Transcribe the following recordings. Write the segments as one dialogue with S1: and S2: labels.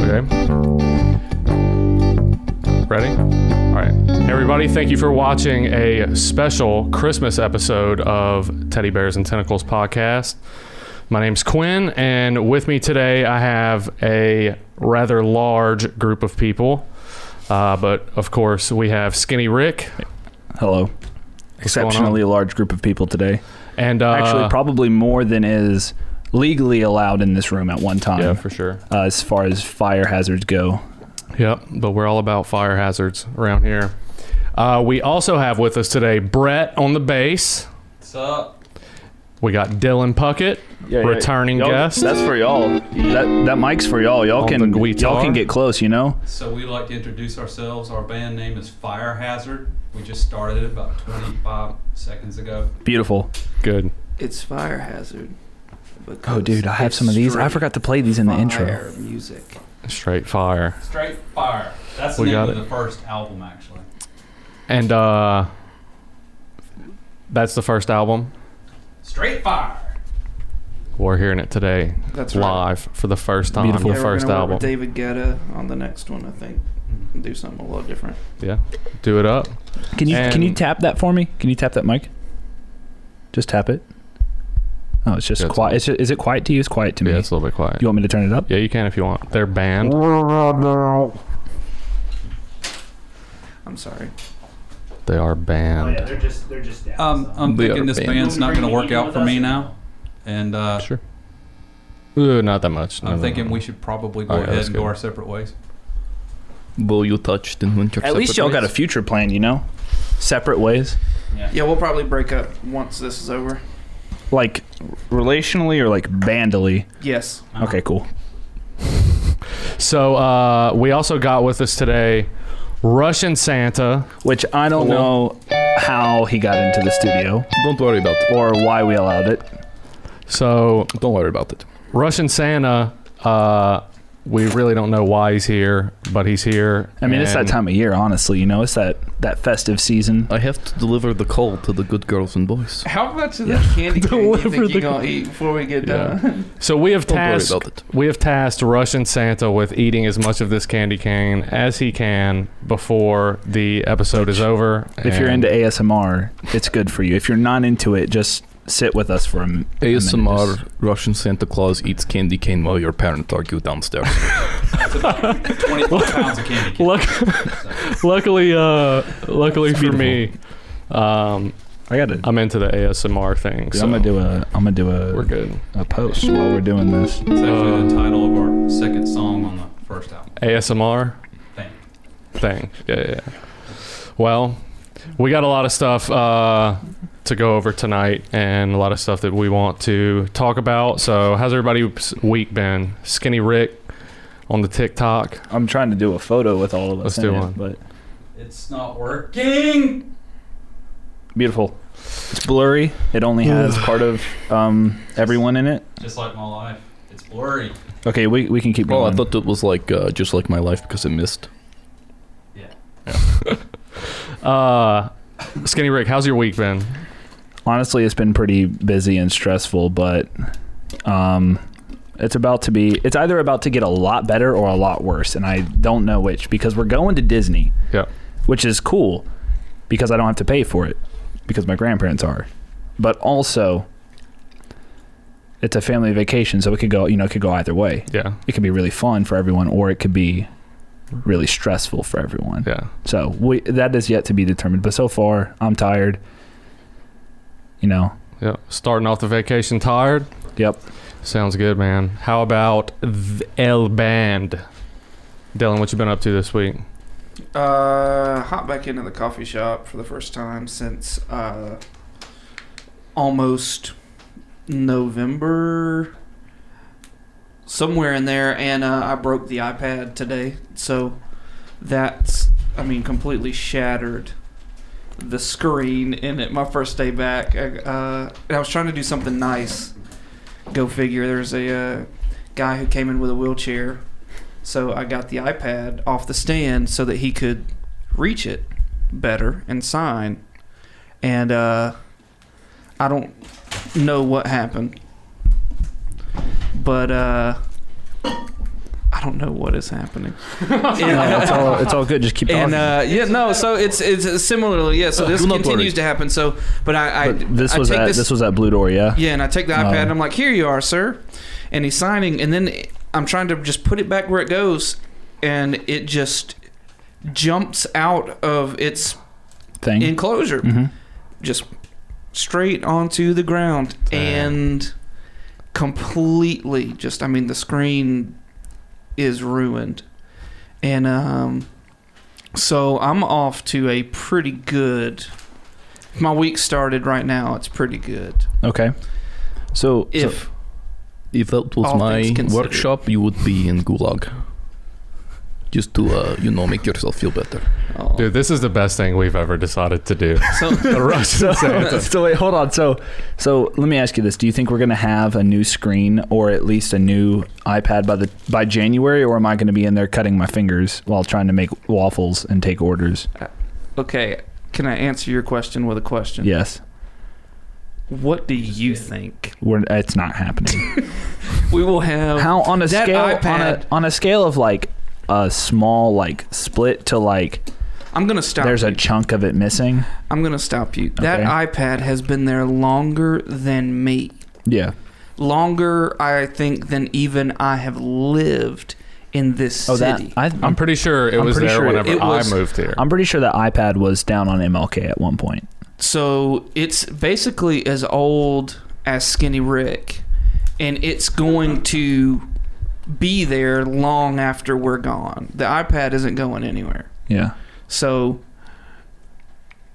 S1: Okay. Ready? All right. Hey, everybody, thank you for watching a special Christmas episode of Teddy Bears and Tentacles podcast. My name's Quinn, and with me today I have a rather large group of people. Uh, but of course, we have Skinny Rick
S2: Hello.
S1: going on?
S2: Exceptionally large group of people today.
S1: and uh,
S2: Actually, probably more than is legally allowed in this room at one time,
S1: yeah, for sure.
S2: uh, as far as fire hazards go.
S1: Yep, but we're all about fire hazards around here. Uh, we also have with us today Brett on the bass.
S3: What's up?
S1: We got Dylan Puckett,
S2: Yeah, yeah.
S1: returning
S2: Y'all-
S1: guest.
S2: That's for y'all. That that mic's for y'all. Y'all
S1: On
S2: can
S1: the guitar.
S2: y'all can get close. You know.
S3: So we like to introduce ourselves. Our band name is Fire Hazard. We just started it about 25 seconds ago.
S2: Beautiful.
S1: Good.
S4: It's fire hazard.
S2: Oh,
S4: because
S2: dude, I have
S4: it's
S2: some of these. I
S4: straight
S2: forgot to play these in the intro.
S4: fire Music.
S1: Straight fire.
S3: Straight Fire. That's the
S1: We
S3: name
S1: got
S3: of
S1: it.
S3: the first album, actually.
S1: And uh that's the first album.
S3: Straight Fire.
S1: We're hearing it today
S4: That's right.
S1: live for the first time.
S2: Beautiful.
S1: The
S4: Yeah, we're
S1: first
S4: gonna work
S1: album.
S4: with David Guetta on the next one, I think. And do something a little different.
S1: Yeah. Do it up.
S2: Can you can you
S1: And-
S2: tap that for me? Can you tap that mic? Just tap it. Oh, it's just
S1: Yeah, it's
S2: quiet. It's just, is it quiet to you? It's quiet to me.
S1: Yeah, it's a little bit quiet.
S2: you want me to turn it up?
S1: yeah, you can if you want. They're banned.
S4: I'm sorry.
S1: They are banned.
S2: Oh, they're just they're just down.
S3: Um, I'm
S1: The
S3: thinking
S1: other
S3: this
S1: band.
S3: band's not going to work
S2: Bringing
S3: out
S2: with
S3: for me
S2: us?
S3: now. And uh,
S1: Sure. Ooh, not that much. No,
S3: I'm
S1: no,
S3: thinking
S1: no.
S3: we should probably go
S1: All right,
S3: ahead
S1: that's
S3: and go
S1: good.
S3: our separate ways.
S5: Will you touch the winter?
S2: At least y'all got a
S5: separate
S2: future plan. You know, separate ways.
S4: Yeah, we'll probably break up once this is over.
S2: like relationally or like bandily.
S4: Yes.
S2: Okay, cool.
S1: So uh we also got with us today Russian Santa.
S2: Which I don't know how he got into the studio
S5: ways? Don't worry about it.
S2: or why we allowed it.
S1: So
S5: Don't worry about it.
S1: Russian Santa, uh we really don't know why he's here, but he's here.
S2: I mean, it's that
S1: and-
S2: time of year, honestly. You know, it's that that festive season.
S5: I have to deliver the call to the good girls and boys.
S4: How much of
S2: Yeah.
S4: that candy cane you
S1: Deliver
S4: think
S1: the-
S4: you're gonna eat before we get
S1: Yeah.
S4: done?
S1: So we have
S5: Don't worry
S1: tasked
S5: about it.
S1: we have tasked Russian Santa with eating as much of this candy cane as he can before the episode is over.
S2: If you're
S1: and-
S2: into ASMR, it's good for you. If you're not into it, just sit with us for a m- a minute.
S5: ASMR Russian Santa Claus eats candy cane while your parents argue downstairs.
S3: That's about 25 pounds of candy. cane.
S1: Luck-
S3: So,
S1: luckily, uh, luckily for me, um,
S2: I got to.
S1: I'm into the ASMR thing. So
S2: I'm gonna do a. I'm gonna do
S1: We're
S2: a,
S1: good.
S2: a post while we're doing this.
S3: it's actually
S1: Uh,
S3: the title of our second song on the first album.
S1: ASMR
S3: Thank
S1: thing. Yeah, yeah. yeah. Well, we got a lot of stuff uh, to go over tonight, and a lot of stuff that we want to talk about. So, how's everybody's week been? Skinny Rick on the TikTok.
S2: I'm trying to do a photo with all of us.
S1: Let's do
S2: in it,
S1: one.
S2: But
S3: It's not working.
S2: beautiful. It's blurry. It only has part of um, everyone in it.
S3: Just like my life. It's blurry.
S2: Okay, we, we can keep
S5: well,
S2: going.
S5: I thought it was like uh, just like my life because it missed.
S3: Yeah.
S1: Uh, Skinny Rick, how's your week been?
S2: honestly it's been pretty busy and stressful but um it's about to be it's either about to get a lot better or a lot worse and i don't know which because we're going to disney
S1: Yeah.
S2: which is cool because i don't have to pay for it because my grandparents are but also it's a family vacation so it could go you know it could go either way
S1: Yeah,
S2: it could be really fun for everyone or it could be really stressful for everyone
S1: yeah.
S2: so we, that is yet to be determined. But so far, I'm tired. You know.
S1: Yeah, starting off the vacation tired.
S2: Yep.
S1: Sounds good, man. How about the L Band? Dylan, what you been up to this week?
S4: Uh, hop back into the coffee shop for the first time since uh, almost November, somewhere in there. And uh, I broke the iPad today, so that's I mean completely shattered the screen in it. My first day back, I, uh, and I was trying to do something nice. Go figure. There's a uh, guy who came in with a wheelchair So I got the iPad off the stand so that he could reach it better and sign. And uh, I don't know what happened, but uh, I don't know what is happening.
S2: No, it's all it's all good. Just keep talking. Uh,
S4: and uh, yeah, no. So it's it's similarly, yeah. So this
S5: Do not
S4: continues
S5: worry.
S4: to happen. So, but I, I
S2: But this
S4: I
S2: was
S4: take
S2: at this, was at Blue Door, yeah.
S4: yeah, and I take the
S2: Oh.
S4: iPad and I'm like, here you are, sir. And he's signing, and then I'm trying to just put it back where it goes, and it just jumps out of its
S2: Thing.
S4: enclosure,
S2: hmm
S4: just straight onto the ground,
S1: Dang.
S4: and completely just, I mean, the screen is ruined. And um, so I'm off to a pretty good. My week started right now. It's pretty good.
S2: Okay. So, so-
S4: If
S5: If that was
S4: All
S5: my
S4: things considered.
S5: workshop, you would be in gulag. Just to uh, you know, make yourself feel better.
S4: oh.
S1: Dude, this is the best thing we've ever decided to do.
S4: So
S1: The Russian
S2: so,
S1: Santa.
S2: so wait, hold on. So so let me ask you this: Do you think we're going to have a new screen or at least a new iPad by the by January, or am I going to be in there cutting my fingers while trying to make waffles and take orders?
S4: oh, okay, can I answer your question with a question?
S2: Yes,
S4: What do you think?
S2: we're, it's not happening.
S4: We will have
S2: How on a
S4: That
S2: scale on
S4: iPad-
S2: a on a scale of like a small like split to like
S4: I'm gonna stop
S2: there's
S4: you.
S2: a chunk of it missing.
S4: I'm gonna stop you. That
S2: Okay.
S4: iPad has been there longer than me.
S2: Yeah.
S4: Longer I think than even I have lived in this
S2: Oh,
S4: city.
S2: that I,
S1: I'm
S2: I'm
S1: pretty sure it
S2: I'm
S1: was
S2: pretty
S1: there
S2: sure
S1: whenever
S4: it was-
S1: I moved here.
S2: I'm pretty sure that iPad was down on MLK at one point.
S4: So it's basically as old as Skinny Rick and it's going to be there long after we're gone. The iPad isn't going anywhere.
S2: Yeah.
S4: So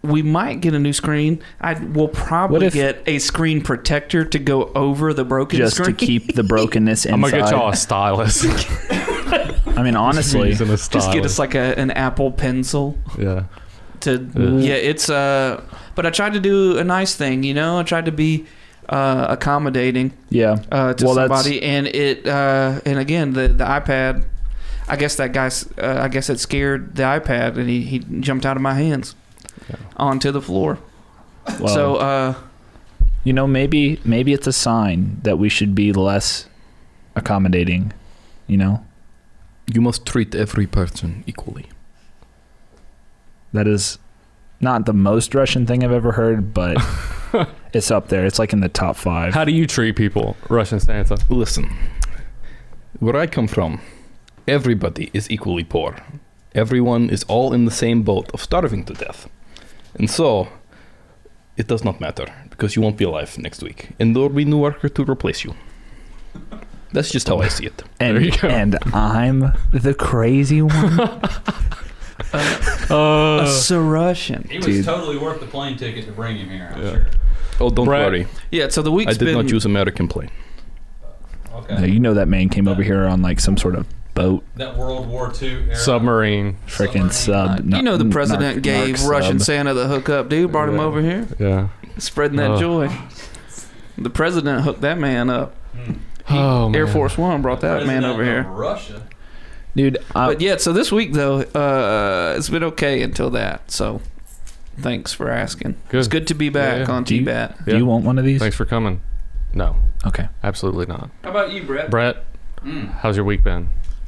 S4: we might get a new screen. I will
S2: What
S4: probably
S2: if-
S4: get a screen protector to go over the broken
S2: Just
S4: screen.
S2: to keep the brokenness inside.
S1: I'm gonna get y'all a stylus.
S2: I mean, honestly,
S1: Using a
S4: just get
S1: stylus.
S4: us like a, an Apple pencil
S1: yeah.
S4: to
S1: Ugh.
S4: yeah. It's uh, but I tried to do a nice thing, you know. I tried to be uh, accommodating
S2: yeah.
S4: uh, to
S2: Well, that's-
S4: somebody, and it uh, and again the the iPad. I guess that guy's. Uh, I guess it scared the iPad, and he, he jumped out of my hands
S1: Yeah.
S4: onto the floor.
S2: Well,
S4: so uh,
S2: you know, maybe maybe it's a sign that we should be less accommodating. You know,
S5: You must treat every person equally.
S2: that is not the most Russian thing I've ever heard, but it's up there. It's like in the top five.
S1: How do you treat people, Russian Santa?
S5: Listen, where I come from, everybody is equally poor. Everyone is all in the same boat of starving to death. And so, it does not matter because you won't be alive next week, and there will be new worker to replace you. That's just how I see it.
S2: And
S1: There you go.
S2: and I'm the crazy one.
S4: a
S1: Uh,
S4: Russian.
S3: He was
S2: Dude.
S3: totally worth the plane ticket to bring him here. I'm
S1: Yeah.
S3: sure.
S5: Oh, don't
S1: Brad-
S5: worry.
S4: Yeah, so the week's
S5: I did
S4: been
S5: not use American plane.
S3: Okay.
S2: Now, you know that man came over here on like some sort of boat,
S3: that World War II era.
S1: submarine.
S2: freaking
S5: uh,
S3: Submarine.
S2: sub.
S4: uh, you know the
S2: narc-
S4: president
S2: narc-
S4: gave
S2: narc
S4: Russian
S2: sub.
S4: Santa the hookup, dude. Brought him
S1: Yeah.
S4: over here,
S1: Yeah.
S4: spreading that
S5: Uh.
S1: Oh.
S4: joy. The president hooked that man up.
S3: Hmm.
S1: Oh,
S4: Air
S1: man.
S4: Force One brought that man
S3: President
S4: over
S3: of
S4: here.
S3: Russia.
S2: dude. uh, I,
S4: but yeah, so this week though, uh, it's been okay until that. So thanks for asking. It's
S1: Good.
S4: good to be back
S1: Yeah, yeah.
S4: on
S2: Do you-
S4: T Bat.
S2: do you want one of these?
S1: Thanks for coming. No,
S2: Okay.
S1: absolutely not.
S4: How about you, Brett?
S1: Brett,
S3: Mm.
S1: how's your week been?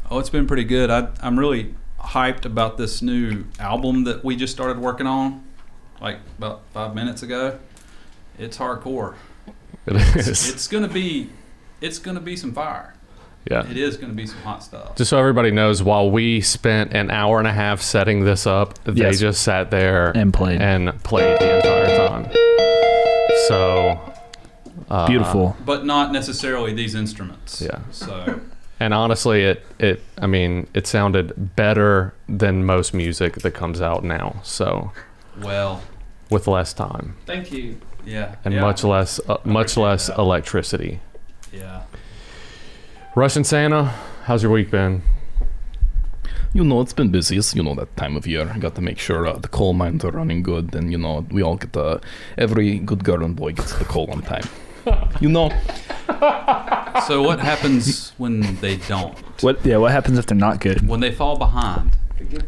S3: Oh, it's been pretty good. I, I'm really hyped about this new album that we just started working on, like about five minutes ago. It's hardcore.
S1: It
S3: It's,
S1: is.
S3: it's gonna be, it's gonna be some fire.
S1: Yeah.
S3: It is gonna be some hot stuff.
S1: Just so everybody knows, while we spent an hour and a half setting this up, they
S2: Yes.
S1: just sat there
S2: And played.
S1: and played the entire time. So uh,
S2: Beautiful.
S3: but not necessarily these instruments.
S1: Yeah.
S3: So
S1: And honestly, it it I mean, it sounded better than most music that comes out now. So
S3: well,
S1: with less time
S4: Thank you.
S3: yeah.
S1: and
S3: yeah,
S1: much less uh, much
S3: appreciate
S1: less
S3: that.
S1: electricity.
S3: Yeah.
S1: Russian Santa, how's your week been?
S5: You know, it's been busy. It's, you know, that time of year. I got to make sure uh, the coal mines are running good, and, you know, we all get uh, every good girl and boy gets the coal on time. you know,
S3: so what happens when they don't?
S2: What? Yeah. What happens if they're not good?
S3: When they fall behind?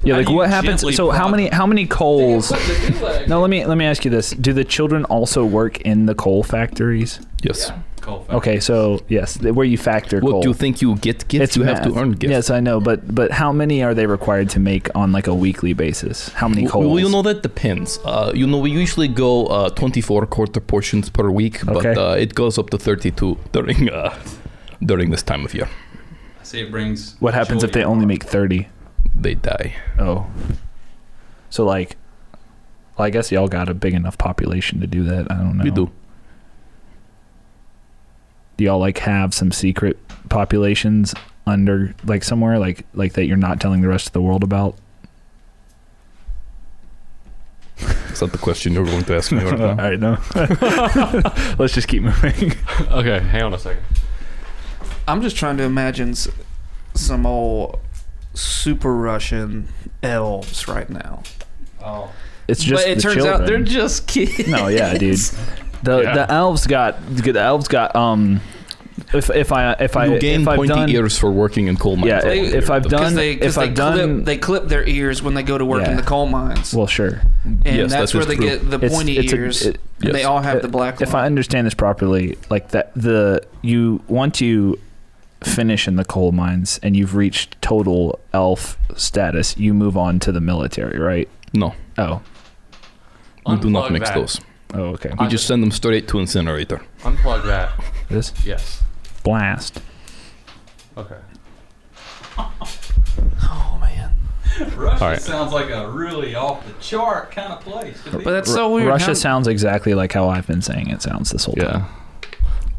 S2: Yeah.
S3: How
S2: Like
S3: do you
S2: what happens?
S3: gently
S2: So how
S3: prod
S2: many?
S3: them?
S2: How many coals?
S4: Now,
S2: No. Let me let me ask you this. Do the children also work in the coal factories?
S5: Yes.
S3: Coal factor.
S2: Okay. So yes, th- where you factor
S5: What
S2: coal.
S5: do you think you get gifts? you have
S2: math.
S5: to earn gifts.
S2: Yes, I know, but but how many are they required to make on like a weekly basis? How many coals?
S5: W- Well, you know that depends. Uh, you know, we usually go uh, 24 quarter portions per week,
S2: Okay.
S5: but uh, it goes up to 32 during uh, during this time of year.
S3: I see it brings.
S2: what happens if
S3: joy.
S2: they only make thirty?
S5: They die.
S2: Oh, so like, well, I guess y'all got a big enough population to do that. I don't know.
S5: We do.
S2: Do y'all like have some secret populations under like somewhere like like that you're not telling the rest of the world about?
S5: Is that the question you're going to ask me right
S2: All
S5: now?
S2: right, no. Let's just keep moving.
S1: Okay, hang on a second.
S4: I'm just trying to imagine s- some old super Russian elves right now.
S3: Oh,
S2: It's just
S4: but it
S2: the
S4: turns
S2: children.
S4: out they're just kids.
S2: No, yeah, dude. The
S1: Yeah.
S2: the elves got the elves got um. If if I if I
S5: you gain
S2: if I've
S5: pointy
S2: done
S5: ears for working in coal mines.
S2: yeah
S5: all
S2: if, Uh, if
S5: year.
S2: I've
S4: Because
S2: done
S4: they,
S2: if
S4: cause they,
S2: I've done
S4: clip, they clip their ears when they go to work
S2: Yeah.
S4: in the coal mines,
S2: well sure
S4: and
S5: yes,
S4: that's
S5: that
S4: where
S5: is
S4: they
S5: true.
S4: get the
S2: It's-
S4: pointy
S2: it's a-
S4: ears.
S2: it-
S4: and They
S5: yes.
S4: all have
S2: Uh,
S4: the black.
S2: if I
S4: one.
S2: understand this properly like that the you once you finish in the coal mines and you've reached total elf status you move on to the military right
S5: No,
S2: oh
S5: we do not
S1: Unplug
S5: mix
S1: that.
S5: those.
S2: oh okay
S5: We
S1: I-
S5: just send them straight to incinerator.
S1: Unplug that.
S2: this
S1: Yes.
S2: blast
S1: Okay.
S4: oh man,
S3: Russia
S1: All right.
S3: sounds like a really off the chart kind of place. to be.
S4: but that's
S2: Ru-
S4: so weird.
S2: Russia
S4: How-
S2: sounds exactly like how I've been saying it sounds this whole time
S1: Yeah.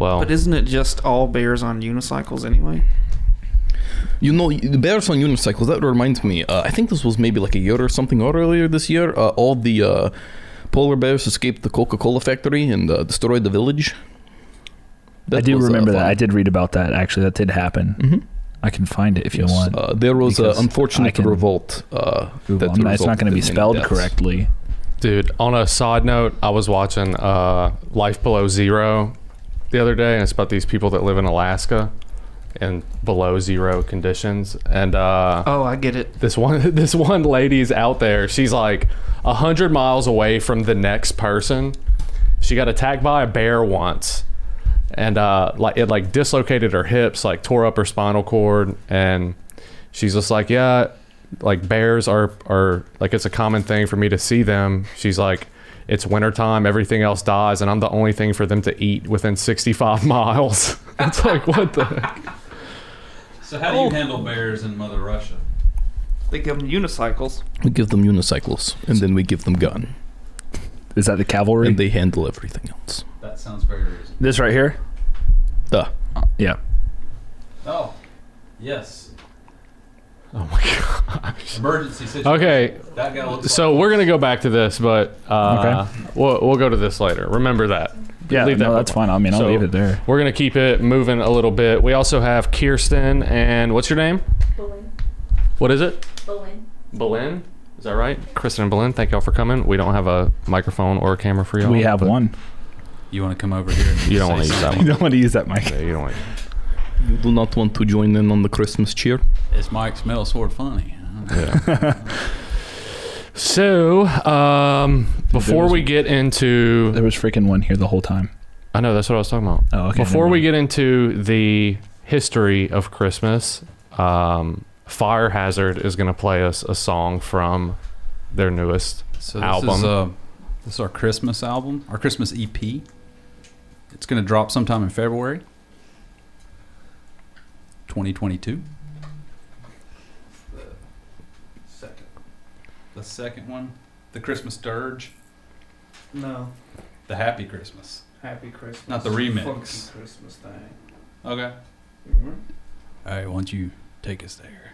S1: Well,
S4: But isn't it just all bears on unicycles anyway?
S5: You know, the bears on unicycles, that reminds me. Uh, I think this was maybe like a year or something or earlier this year. Uh, all the uh, polar bears escaped the Coca Cola factory and uh, destroyed the village.
S2: I do
S5: was, uh,
S2: remember that
S5: fun.
S2: I did read about that actually that did happen
S5: Mhm.
S2: I can find it if you
S5: Yes.
S2: want
S5: Uh, there was an
S2: Because I
S5: unfortunate
S2: can
S5: revolt. Uh,
S2: Google.
S5: that
S2: I'm not- it's not
S5: resulted
S2: going to be
S5: in many
S2: spelled
S5: deaths.
S2: correctly
S1: Dude, on a side note, I was watching uh, Life Below Zero the other day, and it's about these people that live in Alaska in below zero conditions. And uh,
S4: Oh, I get it.
S1: this one, this one lady's out there. She's like a hundred miles away from the next person. She got attacked by a bear once, and uh, like it like dislocated her hips, like tore up her spinal cord, and she's just like, yeah, like bears are are like it's a common thing for me to see them. She's like, it's wintertime, everything else dies, and I'm the only thing for them to eat within 65 miles. it's like what the heck?
S3: so how do
S1: oh.
S3: you handle bears in Mother Russia?
S4: They give them unicycles.
S5: We give them unicycles, and then we give them gun,
S2: is that the cavalry
S5: and they handle everything else.
S3: That sounds very reasonable.
S2: this right here
S5: Duh.
S2: yeah
S3: Oh, yes.
S1: Oh my god.
S3: Emergency situation.
S1: Okay,
S3: That guy looks
S1: So
S3: like
S1: we're gonna go back to this, but uh, we'll we'll go to this later. Remember that.
S2: Yeah,
S1: Leave that
S2: no, that's fine. I mean, I'll
S1: So-
S2: leave it there.
S1: We're gonna keep it moving a little bit. We also have Kirsten and what's your name?
S6: Boleyn.
S1: What is it?
S6: Boleyn.
S1: Belen. Is that right? Kristen and Belen, thank y'all for coming. We don't have a microphone or a camera for y'all.
S2: We have
S1: but-
S2: one.
S3: You want to come over here? And
S1: You don't
S3: say
S1: wanna use that
S3: something?
S1: one.
S2: don't want to use that mic.
S1: Yeah, you don't. want-
S5: You do not want to join in on the Christmas cheer?
S3: It's Mike smells sort of funny.
S1: So um, before
S2: was-
S1: we get into
S2: There was freaking one here the whole time.
S1: I know that's what I was talking about.
S2: Oh, okay.
S1: Before
S2: never
S1: we
S2: mind.
S1: get into the history of Christmas, um, Fire Hazard is going to play us a song from their newest.
S3: So this
S1: Album.
S3: is uh, this is our Christmas album, our Christmas EP. It's gonna drop sometime in February, 2022. The second, the second one, the Christmas dirge,
S4: No,
S3: the Happy Christmas.
S4: happy Christmas.
S3: Not the remix. Funky
S4: Christmas thing.
S3: Okay.
S1: Mm-hmm.
S3: All right, why don't you take us there?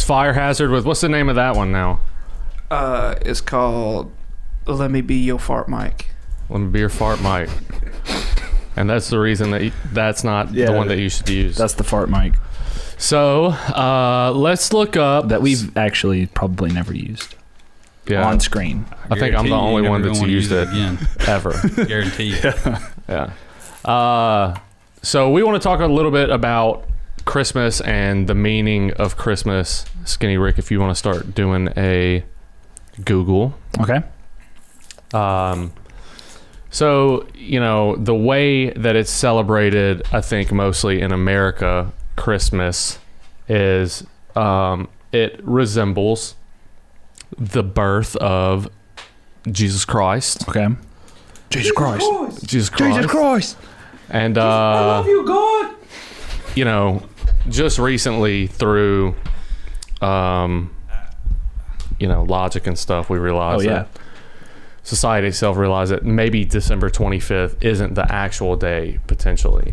S1: Fire Hazard with what's the name of that one now?
S4: Uh, it's called "Let Me Be Your Fart Mic."
S1: Let me be your fart mic. And that's the reason that you, that's not
S2: Yeah.
S1: the one that you should use.
S2: That's the fart mic
S1: so uh, let's look up
S2: that we've actually probably never used
S1: yeah,
S2: on screen.
S1: I think I'm the
S3: guarantee you
S1: only
S3: never
S1: one
S3: gonna
S1: that's
S3: wanna
S1: used
S3: use
S1: it
S3: again.
S1: ever.
S3: Guarantee.
S1: Yeah. Uh, so we want to talk a little bit about Christmas and the meaning of Christmas. Skinny Rick, if you want to start doing a Google.
S2: Okay.
S1: Um, so, you know, the way that it's celebrated, I think mostly in America, Christmas is um, it resembles the birth of Jesus Christ.
S2: Okay. Jesus Christ.
S1: Jesus Christ.
S2: Christ.
S1: And uh,
S3: you, God.
S1: you know, just recently through, um, you know, logic and stuff, we
S2: Oh
S1: realized
S2: yeah.
S1: that society itself realized that maybe December 25th isn't the actual day potentially.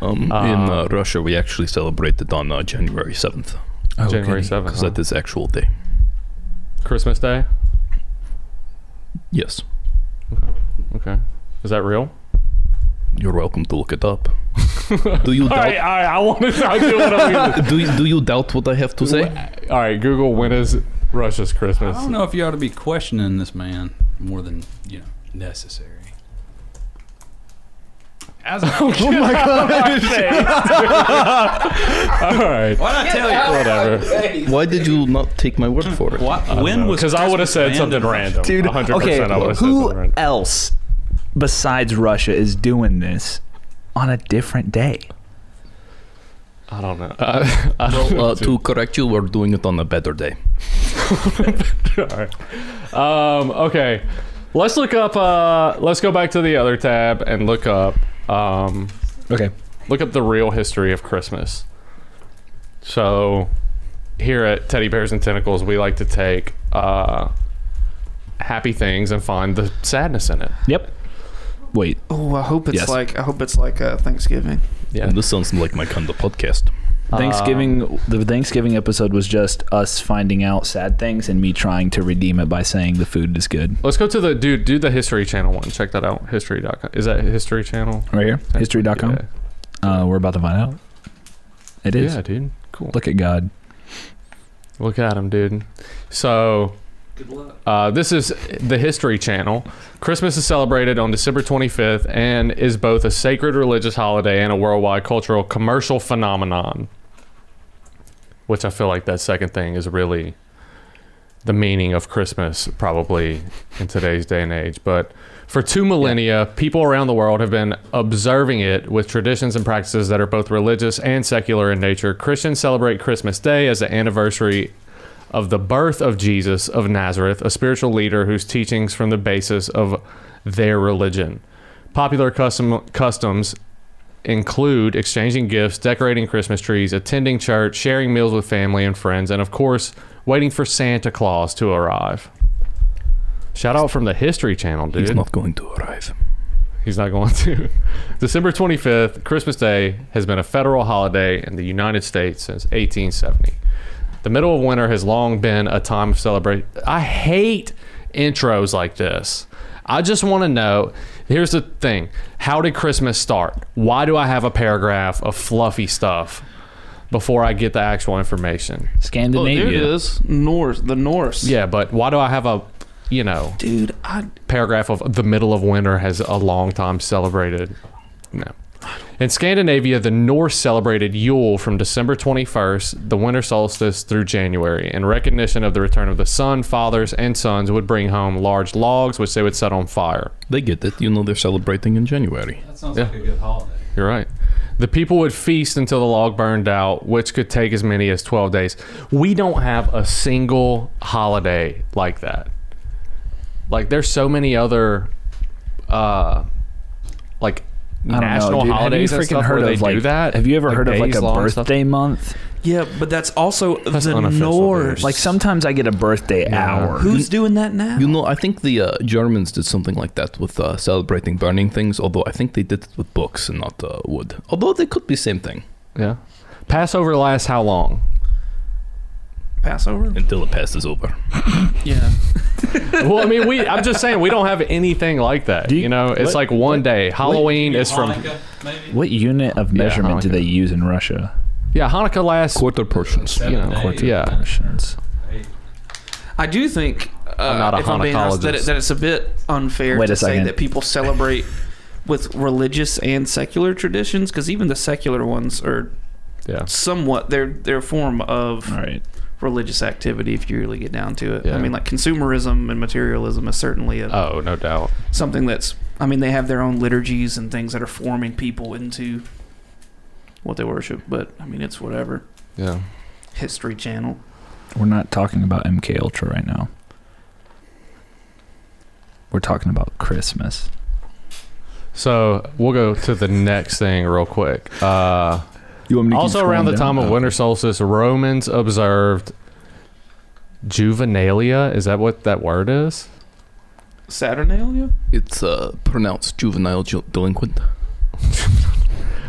S5: Um, in
S2: Ah.
S1: Uh,
S5: uh, Russia, we actually celebrate it on uh, January 7th
S2: Oh,
S1: January 7th.
S5: because
S1: huh?
S2: Uh-huh.
S5: that is actual day.
S1: Christmas Day?
S5: Yes.
S1: Okay. Is that real?
S5: You're welcome to look it up. do you
S1: All
S5: doubt?
S1: right, all right, I want to I do what I mean.
S5: Do you, do you doubt what I have to say?
S1: All right, Google, when is Russia's
S3: I
S1: Christmas?
S3: don't know if you ought to be questioning this man more than you know necessary. As a,
S1: oh my god. all right.
S3: why did I tell you?
S1: Whatever.
S5: Why did you not take my word for it?
S3: Why, when was?
S1: Because I would have said
S3: Christmas
S1: something
S3: banned in
S1: random.
S2: Dude,
S1: 100%
S2: okay,
S1: I would have said
S2: who
S1: something random.
S2: else besides Russia is doing this on a different day?
S1: I don't know. Uh, I don't
S5: Well,
S1: know.
S5: uh, to correct you, we're doing it on a better day.
S1: All right. Um, okay. Let's look up. Uh, let's go back to the other tab and look up. Um,
S2: Okay.
S1: look up the real history of Christmas. So, here at Teddy Bears and Tentacles, we like to take uh, happy things and find the sadness in it.
S2: Yep. Wait.
S4: Oh, I hope it's
S2: Yes.
S4: like I hope it's like uh, Thanksgiving.
S1: Yeah.
S5: And this sounds like my kind of podcast.
S2: Thanksgiving. the Thanksgiving episode was just us finding out sad things and me trying to redeem it by saying the food is good.
S1: Let's go to the dude. Do the History Channel one. Check that out. History.com. Is that History Channel?
S2: Right here, history.com.
S1: Yeah.
S2: Uh, we're about to find out. It is.
S1: Yeah, dude. Cool.
S2: Look at God.
S1: Look at him, dude. So,
S4: Good luck.
S1: Uh, this is the History Channel. Christmas is celebrated on December 25th and is both a sacred religious holiday and a worldwide cultural commercial phenomenon. Which I feel like that second thing is really the meaning of Christmas, probably in today's day and age. But for two millennia, people around the world have been observing it with traditions and practices that are both religious and secular in nature. Christians celebrate Christmas Day as the anniversary of the birth of Jesus of Nazareth, a spiritual leader whose teachings from the basis of their religion. Popular custom, customs include exchanging gifts, decorating Christmas trees, attending church, sharing meals with family and friends, and of course, waiting for Santa Claus to arrive. Shout out from the History Channel, dude.
S5: He's not going to arrive.
S1: He's not going to. December 25th, Christmas Day, has been a federal holiday in the United States since 1870. The middle of winter has long been a time of celebration. I hate intros like this. I just want to know here's the thing how did Christmas start? Why do I have a paragraph of fluffy stuff before I get the actual information?
S4: Oh, there it
S2: Scandinavia.
S4: is. Norse, the Norse.
S1: Yeah, but why do I have a, you know,
S4: dude, I
S1: paragraph of the middle of winter has a long time celebrated. No. In Scandinavia, the Norse celebrated Yule from December 21st, the winter solstice, through January. In recognition of the return of the sun, fathers and sons would bring home large logs, which they would set on fire.
S5: They get it. You know they're celebrating in January.
S3: That sounds
S1: Yeah.
S3: like a good holiday.
S1: You're right. The people would feast until the log burned out, which could take as many as 12 days. We don't have a single holiday like that. Like, there's so many other, uh, like,
S2: I don't know,
S1: national
S2: dude.
S1: holidays
S2: Have
S1: and
S2: you freaking
S1: stuff
S2: heard
S1: where they
S2: of like?
S1: do that.
S2: Have you ever heard of like a
S1: days-long stuff.
S2: birthday month?
S4: yeah, but that's also the
S1: unofficial, dude.
S4: Norse.
S2: Like sometimes I get a birthday hour.
S4: who's doing that now?
S5: You know, I think the uh, Germans did something like that with uh, celebrating burning things, although I think they did it with books and not uh, wood. Although they could be same thing.
S1: Yeah. Passover lasts how long?
S4: Passover?
S5: until the past is over.
S4: Yeah.
S1: well, I mean, we. I'm just saying we don't have anything like that.
S2: Do
S1: You,
S2: you-
S1: know, it's
S2: what-
S1: like one day. Halloween is from
S3: Hanukkah, maybe?
S2: What unit of
S1: Yeah,
S2: measurement do
S1: Hanukkah.
S2: they use in Russia?
S1: yeah. Hanukkah lasts.
S5: Quarter portions.
S1: you know,
S3: Seven days.
S1: yeah.
S2: Russians.
S3: Hey,
S4: I do think, uh,
S1: I'm not a
S4: if I'm being honest, that, it,
S1: Hanukkahologists.
S4: that it's a bit unfair
S2: Wait a
S4: to say
S2: second.
S4: that people celebrate with religious and secular traditions because even the secular ones are
S1: Yeah.
S4: somewhat their their form of
S2: All right.
S4: religious activity if you really get down to it.
S1: Yeah.
S4: I mean, like consumerism and materialism is certainly a,
S1: Oh, no doubt.
S4: something that's. I mean, they have their own liturgies and things that are forming people into what they worship. But I mean, it's whatever.
S1: Yeah.
S4: History Channel.
S2: We're not talking about MK Ultra right now. We're talking about Christmas.
S1: So we'll go to the next thing real quick. Uh,
S2: You want me
S1: also, around the time of winter solstice, Romans observed Juvenalia. Is that what that word is?
S4: Saturnalia.
S5: It's uh, pronounced juvenile ju- delinquent.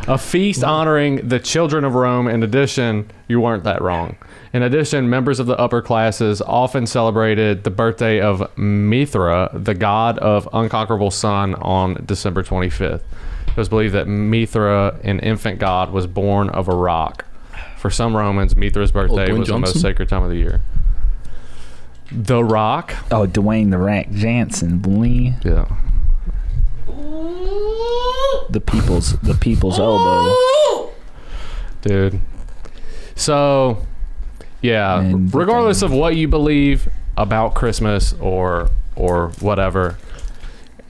S1: A feast
S5: Mm-hmm.
S1: honoring the children of Rome. In addition, you weren't that wrong. In addition, members of the upper classes often celebrated the birthday of Mithra, the god of unconquerable sun, on December 25th. It was believed that Mithra, an infant god, was born of a rock. For some Romans, Mithra's birthday
S5: Oh, Dwayne
S1: was the most
S5: Johnson?
S1: sacred time of the year. The rock.
S2: Oh, Dwayne the Rack Jansen, Lee,
S1: Yeah.
S2: the people's the people's
S1: Oh,
S2: elbow.
S1: dude. So, yeah.
S2: Man,
S1: regardless of what you believe about Christmas or or whatever,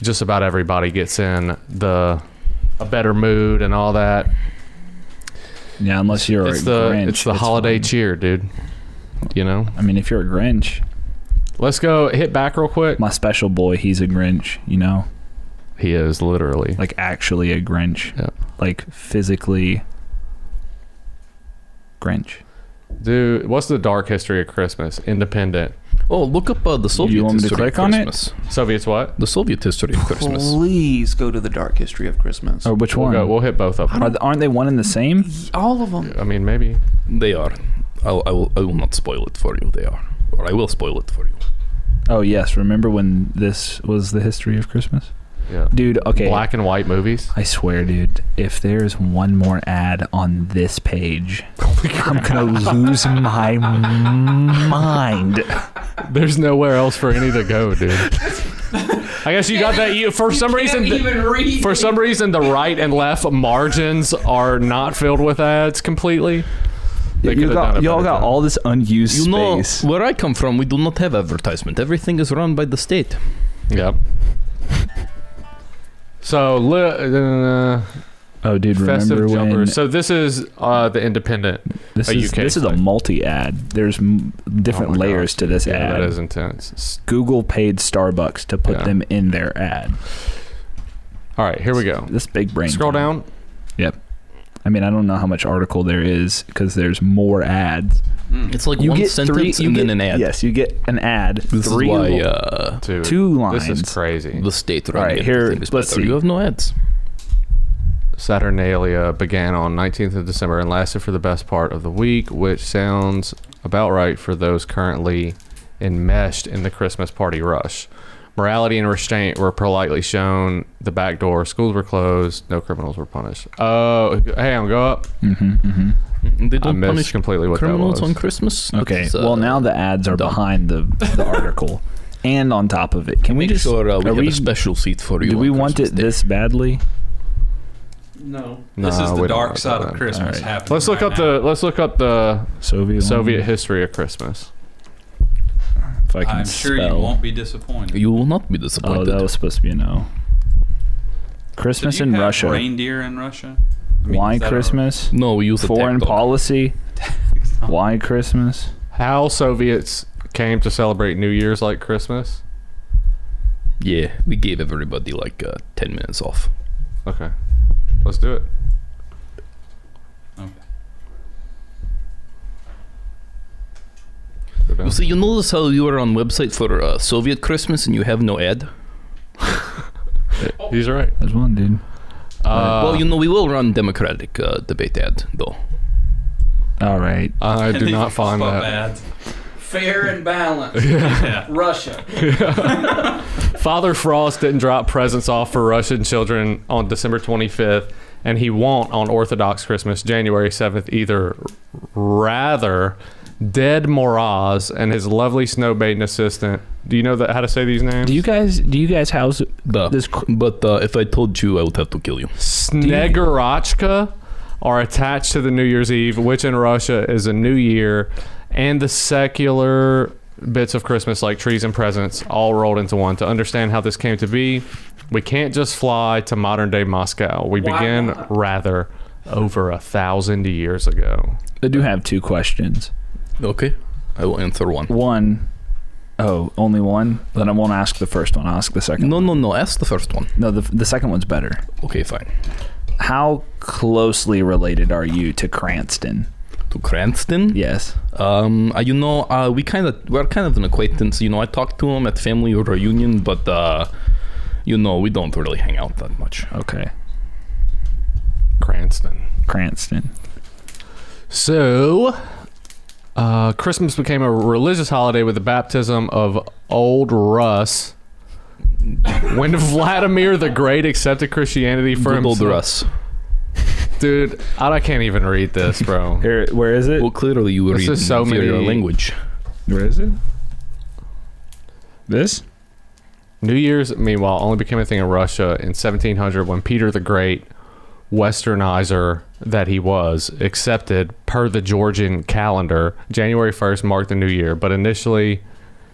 S1: just about everybody gets in the a better mood and all that.
S2: Yeah, unless you're
S1: it's
S2: a
S1: the
S2: Grinch.
S1: it's the holiday
S2: fine.
S1: cheer, dude. You know.
S2: I mean, if you're a Grinch,
S1: Let's go hit back real quick.
S2: my special boy, he's a Grinch. You know,
S1: He is literally.
S2: like actually a Grinch.
S1: Yeah.
S2: Like physically, Grinch.
S1: Dude, what's the dark history of Christmas? Independent.
S5: Oh, look up uh, the Soviet
S2: You want me to
S5: history
S2: click
S5: of
S2: on it?
S5: Christmas.
S1: Soviets what?
S5: The Soviet history of Christmas.
S4: Please go to the dark history of Christmas.
S2: Or which
S1: We'll,
S2: one?
S1: go, we'll hit both of them.
S2: Are, th- aren't they one and the same?
S4: All of them.
S1: I mean, maybe.
S5: They are. I'll, I will. I will not spoil it for you. They are, or I will spoil it for you.
S2: Oh yes, remember when this was the history of Christmas,
S1: Yeah.
S2: dude? Okay,
S1: Black and white movies.
S2: I swear, dude. If there's one more ad on this page,
S1: Oh
S2: I'm gonna lose my mind.
S1: There's nowhere else for any to go, dude. I guess you got that. You for some reason,
S4: read.
S1: for some reason, the right and left margins are not filled with ads completely. They
S2: You
S1: could've done
S2: got,
S1: a
S2: y'all
S1: better
S2: got
S1: job.
S2: all this unused
S5: You know,
S2: space.
S5: where I come from, we do not have advertisement. Everything is run by the state.
S1: Yep. So li- uh,
S2: Oh, dude, remember
S1: festive
S2: when
S1: jumpers. So this is uh, the Independent.
S2: this
S1: a
S2: is
S1: UK
S2: this is a
S1: site.
S2: multi ad. There's m- different
S1: Oh my
S2: layers
S1: gosh.
S2: to this
S1: Yeah,
S2: ad.
S1: that is intense. S-
S2: Google paid Starbucks to put
S1: Yeah.
S2: them in their ad.
S1: All right, here we go.
S2: This big brain.
S1: Scroll
S2: thing.
S1: down.
S2: I mean, I don't know how much article there is because there's more ads.
S3: mm.
S5: It's like one sentence and then an ad.
S2: Yes, you get an ad.
S5: This
S2: three
S5: is why
S2: li-
S5: uh,
S1: Dude,
S2: two lines.
S1: This is crazy.
S5: the state
S2: All right,
S5: running
S2: here,
S5: everything is
S2: let's
S5: better.
S2: see.
S5: You have no ads.
S1: Saturnalia began on 19th of December and lasted for the best part of the week, which sounds about right for those currently enmeshed in the Christmas party rush. Morality and restraint were politely shown. The back door, schools were closed, no criminals were punished. Oh, hey, I'm go up.
S2: Mhm, mhm.
S5: They
S1: I
S5: don't
S1: missed
S5: punish
S1: completely what that
S5: criminals
S1: was.
S5: on Christmas.
S2: Okay.
S5: That's, uh,
S2: well, now the ads are
S5: dumb.
S2: behind the, the article, and on top of it, can we
S5: make
S2: just
S5: sure uh, we
S2: are
S5: have
S2: we-
S5: a special seat for you.
S2: do we
S5: on
S2: want
S5: Christmas
S2: it
S5: Day.
S2: this badly?
S3: No.
S1: No,
S3: This is
S1: we don't
S3: the dark
S1: want
S3: side
S1: that.
S3: of Christmas
S2: All right.
S3: happening.
S1: Let's look
S3: right
S1: up
S3: now.
S1: the let's look up the
S2: Soviet.
S1: Soviet
S2: Union,
S1: history of Christmas.
S2: If I can
S3: I'm sure
S2: spell.
S3: you won't be disappointed.
S5: You will not be
S2: Oh,
S5: disappointed.
S2: that was supposed to be an O.
S3: So do
S2: Christmas
S3: you
S2: in
S3: have
S2: Russia.
S3: Reindeer in Russia. I mean,
S2: Why
S3: is that a-
S2: Christmas?
S5: no, we use
S2: Foreign
S5: a tech talk.
S2: policy. Why Christmas?
S1: How Soviets came to celebrate New Year's like Christmas?
S5: Yeah, we gave everybody like uh, ten minutes off.
S1: Okay. Let's do it.
S3: Okay.
S1: Go down.
S5: So you notice how you were on website for uh, Soviet Christmas and you have no ad.
S1: He's right.
S2: There's one, dude.
S1: Uh,
S5: well, you know we will run Democratic uh, debate ad though.
S2: All right.
S1: I do not find
S3: Fuck
S1: that.
S3: ads.
S4: Fair and balanced.
S3: Yeah.
S4: Russia.
S1: Father Frost didn't drop presents off for Russian children on December 25th, and he won't on Orthodox Christmas, January 7th either. Rather, Dead Moraz and his lovely snowbathing assistant. Do you know that, how to say these names?
S2: Do you guys do you guys house
S5: The,
S2: this cr-
S5: but uh, if I told you, I would have to kill you.
S1: Snegorachka are attached to the New Year's Eve, which in Russia is a new year, and the secular bits of Christmas like trees and presents all rolled into one. To understand how this came to be, we can't just fly to modern day Moscow. We
S4: Why
S1: begin
S4: not?
S1: rather over a thousand years ago.
S2: I do have two questions.
S5: Okay, I will answer one.
S2: One oh, only one? Then I won't ask the first one. I'll ask the second.
S5: No, no, no. Ask the first one.
S2: No, the, the second one's better.
S5: Okay, fine.
S2: How closely related are you to Cranston?
S5: To Cranston.
S2: Yes.
S5: Um, uh, you know, uh, we kind of we're kind of an acquaintance. You know, I talked to him at family reunion, but uh, you know, we don't really hang out that much.
S2: Okay.
S1: Cranston.
S2: Cranston.
S1: So, uh, Christmas became a religious holiday with the baptism of Old Russ. when Vladimir the Great accepted Christianity for
S5: Good old
S1: himself,
S5: Russ.
S1: dude, I, I can't even read this, bro.
S2: Here, where is it?
S5: Well, clearly you
S1: This
S5: read
S1: is so
S5: inferior
S1: many-
S5: language.
S2: Where is it? This?
S1: New Year's, meanwhile, only became a thing in Russia in 1700 when Peter the Great, Westernizer that he was, accepted per the Georgian calendar. January 1st marked the new year, but initially,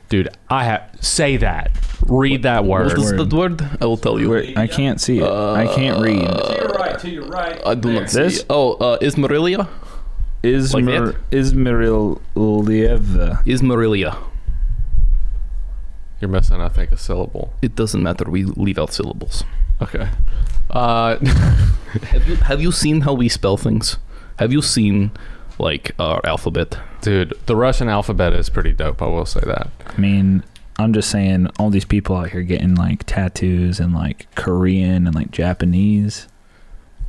S1: dude, I ha- say that, read that
S5: What
S1: word.
S5: is
S2: Word.
S5: that word? I will tell you.
S2: I can't see it. I can't read.
S3: To your right, to your right.
S5: I do not see.
S3: There.
S2: This?
S5: Oh, uh, Ismarilia?
S2: Ismir Ismirilev.
S5: Ismarilia.
S1: You're missing, I think, a syllable.
S5: It doesn't matter. We leave out syllables.
S1: Okay. Uh,
S5: Have you have you seen how we spell things? Have you seen like our alphabet?
S1: dude, the Russian alphabet is pretty dope. I will say that.
S2: I mean, I'm just saying all these people out here getting like tattoos and like Korean and like Japanese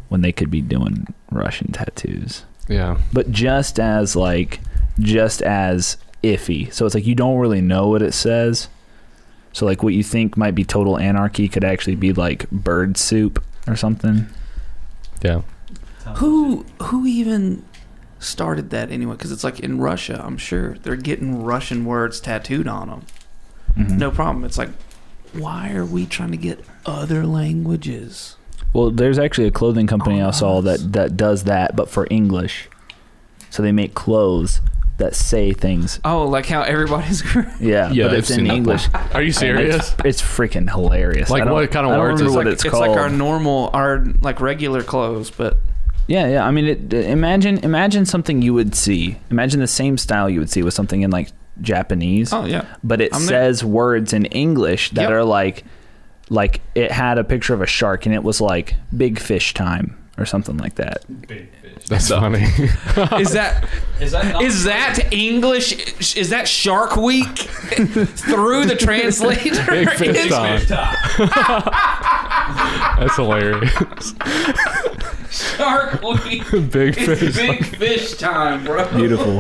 S2: when they could be doing Russian tattoos.
S1: Yeah.
S2: But just as like just as iffy. So it's like you don't really know what it says. So like what you think might be total anarchy could actually be like bird soup or something.
S1: Yeah.
S4: Who who even started that anyway? Because it's like in Russia, I'm sure they're getting Russian words tattooed on them.
S2: Mhm.
S4: No problem. It's like, why are we trying to get other languages?
S2: Well, there's actually a clothing company I saw
S4: Nice.
S2: that that does that, but for English. So they make clothes that say things.
S4: Oh, like how everybody's.
S2: Yeah,
S5: Yeah,
S2: but
S5: I've
S2: it's in
S5: seen that.
S2: English.
S1: Are you
S2: And
S1: serious?
S2: It's, it's freaking hilarious.
S1: Like
S2: I don't-
S1: what kind of
S2: I don't
S1: words
S2: remember
S1: is
S2: what
S1: like-
S2: it's,
S4: it's
S2: called.
S4: like our normal, our like regular clothes, but
S2: yeah, yeah. I mean, it, uh, imagine imagine something you would see. Imagine the same style you would see with something in like Japanese,
S4: oh yeah,
S2: but it
S4: I'm there.
S2: says words in English that
S4: Yep.
S2: are like like it had a picture of a shark and it was like big fish time or something like that.
S3: Big fish.
S1: That's funny.
S4: is that
S3: Is that not
S4: is that English? Is that Shark Week through the translator?
S1: Big fish
S4: Is-
S1: time.
S3: fish time?
S1: That's hilarious.
S4: Shark Week.
S1: Big
S4: It's
S1: fish.
S4: big fish time, bro.
S2: Beautiful.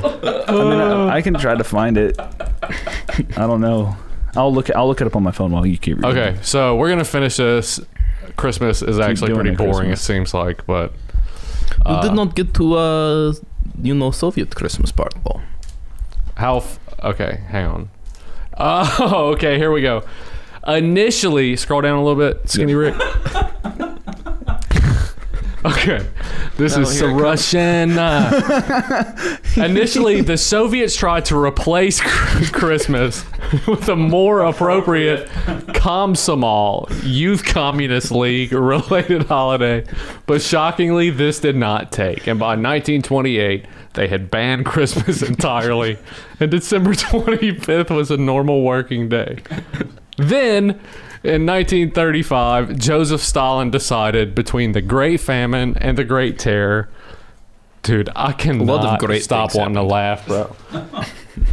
S2: I mean, I, I can try to find it. I don't know. I'll look. I'll look it up on my phone while you keep. reading.
S1: Okay, so we're gonna finish this. Christmas is actually
S2: doing
S1: pretty
S2: it,
S1: boring,
S2: Christmas.
S1: it seems like, but
S5: you
S1: Uh,
S5: did not get to uh, you know, Soviet Christmas part though.
S1: How? F- okay, hang on. Oh, okay. Here we go. Initially, scroll down a little bit, Skinny Rick. okay, this
S4: Oh,
S1: is
S4: here it
S1: Russian. uh, Initially, the Soviets tried to replace Chr- Christmas with a more appropriate Komsomol Youth Communist League related holiday, but shockingly, this did not take. And by 1928, they had banned Christmas entirely, and December 25th was a normal working day. Then, in 1935, Joseph Stalin decided between the Great Famine and the Great Terror. Dude, I cannot
S5: great
S1: stop
S5: things
S1: wanting to laugh, bro.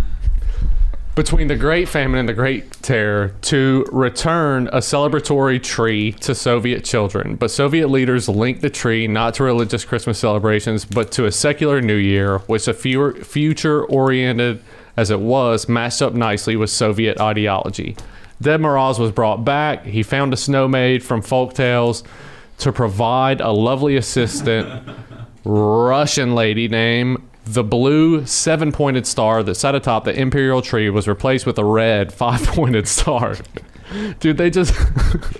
S1: between the Great Famine and the Great Terror to return a celebratory tree to Soviet children. But Soviet leaders linked the tree not to religious Christmas celebrations, but to a secular New Year, which a fewer, future-oriented as it was matched up nicely with Soviet ideology. Dead Mraz was brought back. He found a snow maid from folktales to provide a lovely assistant Russian lady named the blue seven pointed star that sat atop the imperial tree was replaced with a red five pointed star. Dude, they just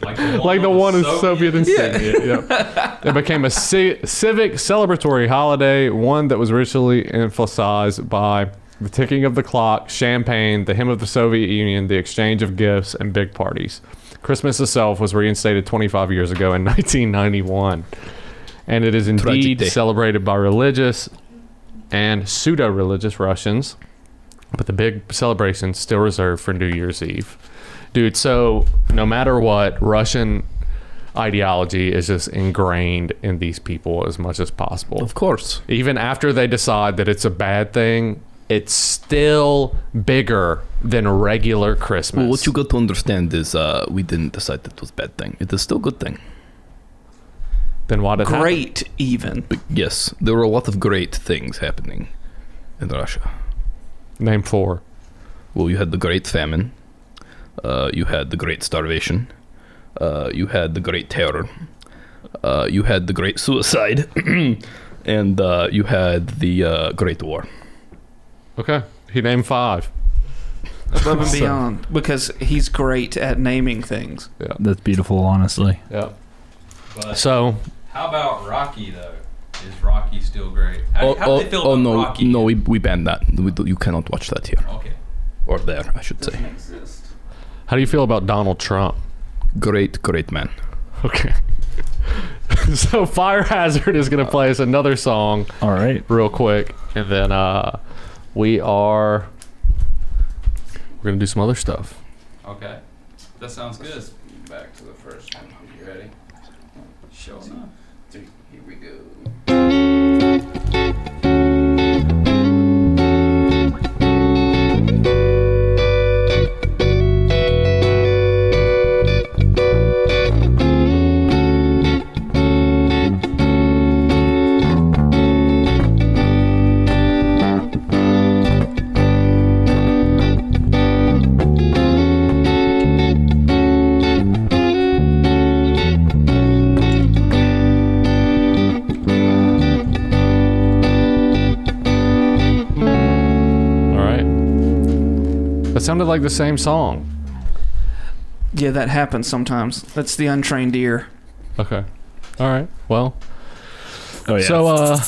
S3: Like the one,
S1: like the
S3: on
S1: one in
S3: Soviet-
S1: Soviet insignia. Yep. it became a ci- civic celebratory holiday, one that was richly emphasized by the ticking of the clock, champagne, the hymn of the Soviet Union, the exchange of gifts, and big parties. Christmas itself was reinstated 25 years ago in 1991, and it is indeed
S5: day.
S1: celebrated by religious and pseudo-religious Russians, but the big celebration still reserved for New Year's Eve. Dude, so no matter what, Russian ideology is just ingrained in these people as much as possible.
S5: Of course.
S1: Even after they decide that it's a bad thing, it's still bigger than regular Christmas.
S5: Well, what you got to understand is uh, we didn't decide that was bad thing. It is still good thing.
S1: then why did it happen?
S4: Great, even.
S5: But yes, there were a lot of great things happening in Russia.
S1: Name four.
S5: Well, you had the Great Famine, uh, you had the Great Starvation, uh, you had the Great Terror, uh, you had the Great Suicide, and uh, you had the uh, Great War.
S1: Okay. He named five.
S4: Above and
S1: So-
S4: beyond. Because he's great at naming things.
S2: That's beautiful, honestly.
S1: Yep.
S3: But
S1: So
S3: how about Rocky though? Is Rocky still great? How,
S5: oh,
S3: how do
S5: oh,
S3: they feel
S5: oh
S3: about
S5: no,
S3: Rocky?
S5: no, we, we banned that. We, do- you cannot watch that here
S3: Okay.
S5: or there, I should say.
S4: exist.
S1: how do you feel about Donald Trump?
S5: Great, great man.
S1: Okay. so Fire Hazard is gonna play us another song
S2: All right.
S1: real quick, and then uh, we are we're gonna do some other stuff.
S3: Okay. That sounds good. Back to the first one. You ready? Show enough. Three. Here we go.
S1: All right. That sounded like the same song.
S4: Yeah, that happens sometimes. That's the untrained ear.
S1: Okay. All right. Well,
S2: Oh yeah.
S1: so uh,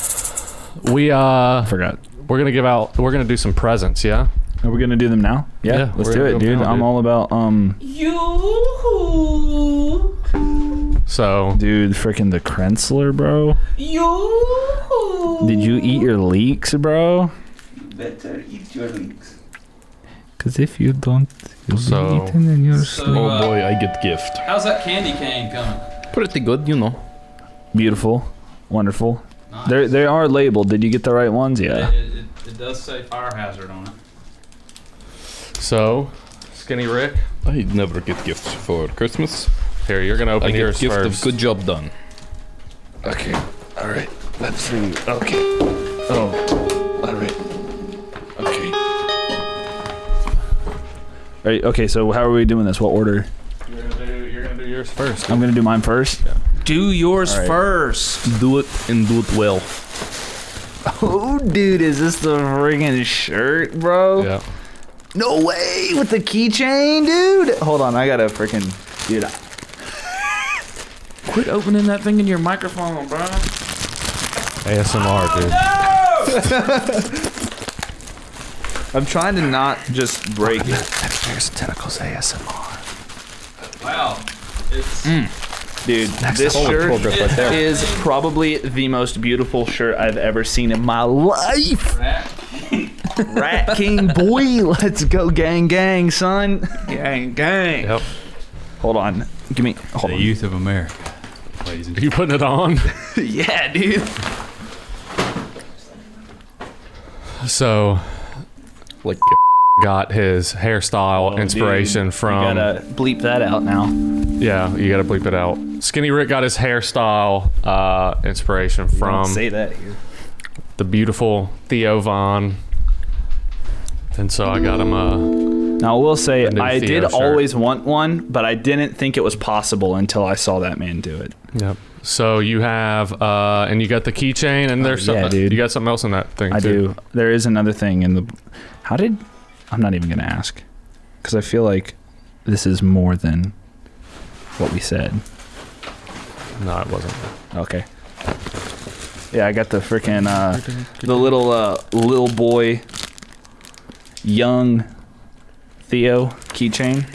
S1: we uh,
S2: I forgot.
S1: we're gonna give out. We're gonna do some presents. Yeah.
S2: Are we gonna do them now?
S1: Yeah,
S2: let's
S1: we're
S2: do
S1: gonna
S2: it,
S1: do them
S2: dude.
S1: now,
S2: I'm
S1: dude.
S2: all about um,
S4: Yoo-hoo.
S1: So
S2: dude, freaking the Krenzler, bro.
S4: Yoo-hoo.
S2: Did you eat your leeks, bro?
S6: better eat your links.
S2: Because if you don't, you'll
S1: So-
S2: be eaten and you're
S3: So,
S5: Oh
S3: uh,
S5: boy, I get gift.
S3: How's that candy cane coming?
S5: Pretty good, you know.
S2: beautiful, wonderful.
S3: Nice.
S2: They they are labeled. Did you get the right ones? Yeah.
S3: It, it, it, it does say fire hazard on it.
S1: so skinny Rick.
S5: I never get gifts for Christmas.
S1: Here, you're gonna open
S5: I get
S1: yours
S5: gift
S1: first.
S5: of good job done.
S6: Okay, alright, let's see. Okay. Oh, alright. Okay.
S2: All right, okay. So how are we doing this? What order?
S1: You're gonna do. You're gonna do yours first.
S2: I'm gonna do mine first.
S4: Do yours
S2: All right.
S4: first.
S5: Do it and do it well.
S2: Oh, dude, is this the friggin' shirt, bro?
S1: Yeah.
S2: No way with the keychain, dude. Hold on, I gotta freaking dude.
S4: Quit opening that thing in your microphone, bro.
S1: ASMR, dude.
S2: I'm trying to not just break it,
S6: There's tentacles ASMR.
S3: Wow. It's
S2: Mm. dude. This
S5: Solid
S2: shirt
S5: progress right there.
S2: is probably the most beautiful shirt I've ever seen in my life.
S3: rat.
S2: Rat King boy, let's go, gang, gang, son.
S4: Gang, gang.
S1: Yep.
S2: Hold on, give me. Hold on.
S3: youth of America. Ladies
S1: Are you putting it on?
S2: yeah, dude.
S1: so
S5: Like
S1: got his hairstyle inspiration from.
S2: You gotta bleep that out now.
S1: yeah, you gotta bleep it out. Skinny Rick got his hairstyle uh, inspiration from
S2: Don't say that here.
S1: the beautiful Theo Vaughn. And so I got him uh, a.
S2: Now I will say
S1: The new
S2: I
S1: Theo
S2: did
S1: shirt.
S2: always want one, but I didn't think it was possible until I saw that man do it.
S1: Yep. So you have, uh, and you got the keychain, and there's
S2: Uh, yeah,
S1: something.
S2: dude.
S1: You got something else in that thing
S2: I
S1: too.
S2: do. There is another thing in the. How did? I'm not even gonna ask, because I feel like this is more than what we said.
S1: No, it wasn't.
S2: Okay. Yeah, I got the freaking uh, the little uh, little boy, young Theo keychain.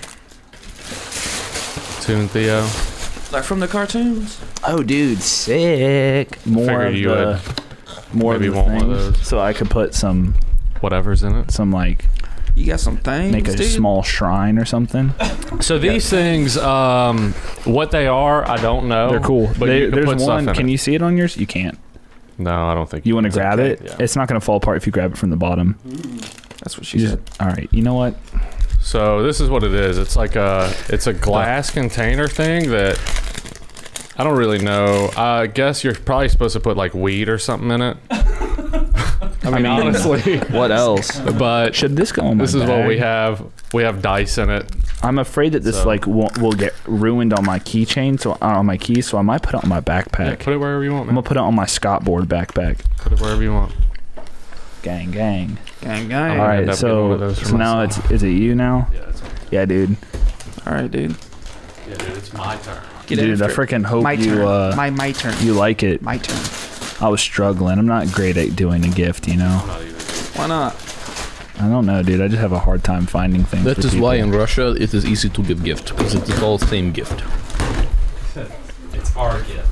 S1: Tune Theo.
S4: Like from the cartoons.
S2: Oh, dude, sick! More
S1: Figured
S2: of
S1: you
S2: the more of
S1: maybe
S2: the
S1: want one of
S2: things.
S1: those.
S2: So I could put some
S1: Whatever's in it.
S2: some like
S4: You got some things.
S2: make a
S4: dude.
S2: small shrine or something.
S1: So these things, um, what they are, I don't know.
S2: They're cool.
S1: Oh, But
S2: They-
S1: you can
S2: there's
S1: put stuff
S2: one.
S1: in
S2: Can
S1: it.
S2: you see it on yours? You can't.
S1: No, I don't think
S2: You want to
S1: can.
S2: grab it?
S1: Yeah.
S2: It's not going to fall apart if you grab it from the bottom.
S4: That's what she
S2: You just,
S4: said.
S2: all right. You know what?
S1: So this is what it is. It's like a it's a glass container thing that I don't really know. I guess you're probably supposed to put like weed or something in it. I mean, honestly,
S2: What else?
S1: but
S2: Should this go on my
S1: this is what
S2: bag?
S1: we have. We have dice in it.
S2: I'm afraid that this
S1: So-
S2: like won't, will get ruined on my keychain, so uh, on my keys. So I might put it on my
S1: Yeah,
S2: backpack.
S1: put it wherever you want,
S2: I'm
S1: man.
S2: gonna put it on my Scott board backpack.
S1: Put it wherever you want.
S2: Gang, gang.
S4: Gang,
S1: I'm
S4: gang.
S2: All
S1: gonna end
S2: right.
S1: up getting one of
S2: So,
S1: those for
S2: so now it's
S1: myself.
S2: is it you now?
S1: Yeah, it's,
S2: Yeah, dude.
S4: All right, dude.
S1: yeah, dude, it's my turn.
S4: Get
S2: dude, I
S4: after it.
S2: freaking hope
S4: my
S2: you
S4: turn.
S2: uh
S4: my my turn.
S2: you like it.
S4: My turn.
S2: I was struggling. I'm not great at doing a gift, you know.
S4: Why not?
S2: I don't know, dude. I just have a hard time finding things.
S5: That
S2: for
S5: is why
S2: people.
S5: in Russia it is easy to give gift because it is all same gift.
S1: It's our gift.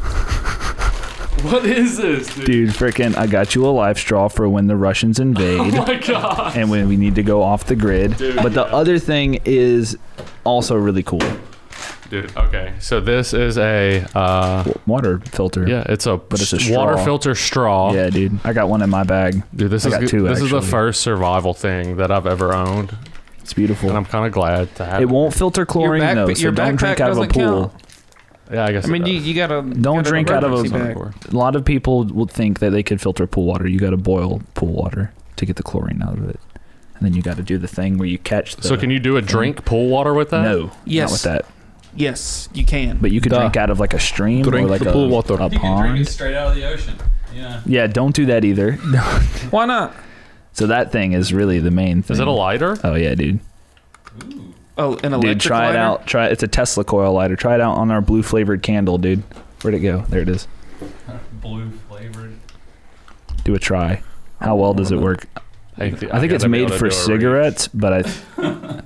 S1: What is this, dude?
S2: Dude, freaking! I got you a life straw for when the Russians invade.
S1: Oh my god.
S2: and when we need to go off the grid.
S1: Dude,
S2: but the
S1: yeah.
S2: other thing is also really cool.
S1: Dude, okay. So this is a uh
S2: Water filter.
S1: yeah, it's a,
S2: it's a
S1: water
S2: straw.
S1: filter straw.
S2: Yeah, dude. I got one in my bag.
S1: Dude, this
S2: I
S1: is
S2: got
S1: good-
S2: two,
S1: this is
S2: actually.
S1: the first survival thing that I've ever owned,
S2: It's beautiful.
S1: and I'm kind of glad to have.
S2: It won't filter chlorine
S4: back-
S2: though,
S4: but
S2: so
S4: your
S2: don't drink
S4: backpack
S2: out of a
S4: doesn't
S2: pool.
S1: Yeah, I guess.
S4: I mean,
S1: it
S4: you,
S1: does.
S4: you gotta
S2: Don't drink out of a-
S4: bag.
S2: A lot of people would think that they could filter pool water. You got to boil pool water to get the chlorine out of it, and then you got to do the thing where you catch. The,
S1: so can you do a drink pool water with that?
S2: No,
S4: Yes.
S2: not with that.
S4: Yes, you can.
S2: But you could
S5: Duh.
S2: drink out of like a stream
S5: Drink
S2: or like
S5: the
S2: a,
S5: pool water.
S2: a
S3: You can drink it
S2: pond.
S3: straight out of the ocean. Yeah.
S2: Yeah, don't do that either.
S4: Why not?
S2: so that thing is really the main thing.
S1: Is it a lighter?
S2: Oh yeah, dude.
S4: Oh, an electric
S2: Dude, try
S4: lighter?
S2: it out. Try it's a Tesla coil lighter. Try it out on our blue flavored candle, dude. Where'd it go? There it is.
S3: Blue flavored.
S2: Do a try. How well does it work?
S1: th-
S2: I think
S1: gotta
S2: it's
S1: be
S2: made
S1: able to
S2: for
S1: do a read.
S2: cigarettes, but I.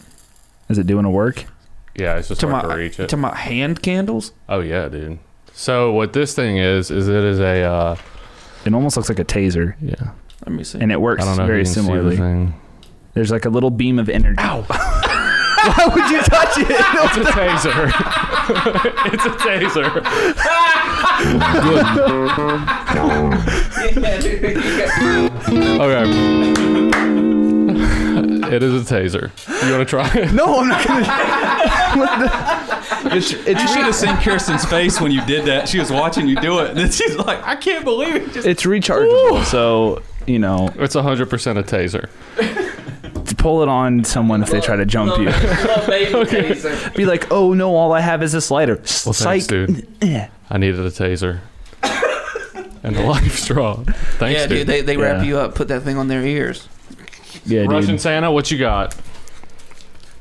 S2: is it doing a work?
S1: Yeah, it's just
S4: To
S1: hard
S4: my-
S1: to reach
S4: You
S1: it.
S4: talking about hand candles?
S1: oh yeah, dude. So what this thing is is it is a uh,
S2: It almost looks like a taser,
S1: yeah.
S4: Let me see.
S2: and it works
S1: I don't know. if
S2: very
S1: you can see the
S2: similarly.
S1: thing.
S2: There's like a little beam of energy. Ow! Why would you touch it?
S1: It's a taser. it's a taser. Okay. it is a taser. You want to try it?
S2: no, I'm not gonna. what the? It's, it's
S3: You should have seen Kirsten's face when you did that. She was watching you do it, and then she's like, "I can't believe it." Just
S2: it's rechargeable, so you know,
S1: It's 100% a taser.
S2: pull it on someone if they try to jump you.
S6: okay.
S2: Be like, oh no, all I have is this lighter. Well,
S1: thanks, dude. I needed a taser. and a life straw. Thanks,
S4: yeah,
S1: dude.
S4: dude. They, they wrap
S2: Yeah.
S4: you up, put that thing on their ears.
S2: Yeah, dude.
S1: Russian Santa, what you got?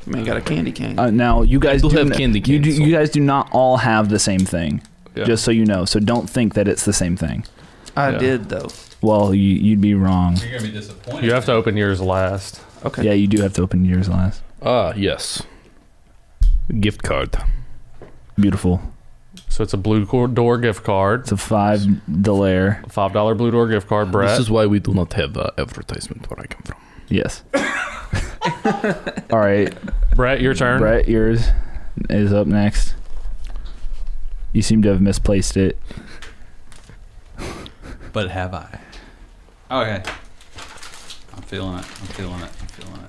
S4: Man, got a candy cane.
S2: Uh, now you guys
S5: People
S2: do
S5: have
S2: n-
S5: candy
S2: You, do,
S5: canes, so-
S2: you guys do not all have the same thing.
S1: Yeah.
S2: Just so you know, so don't think that it's the same thing.
S4: I
S1: yeah.
S4: did though.
S2: Well, you, you'd be wrong.
S3: you're gonna be disappointed.
S1: You have to open yours last.
S4: Okay.
S2: Yeah, you do have to open yours last.
S5: Ah, yes. Gift card.
S2: Beautiful.
S1: So it's a Blue Cor- Door gift card,
S2: It's a five delayer.
S1: five dollar Blue Door gift card.
S5: This
S1: Brett,
S5: is why we do not have uh, advertisement where I come from.
S2: Yes. all right,
S1: Brett, your turn.
S2: Brett, yours is up next. You seem to have misplaced it.
S3: But have I? Okay. I'm feeling it. I'm feeling it. I'm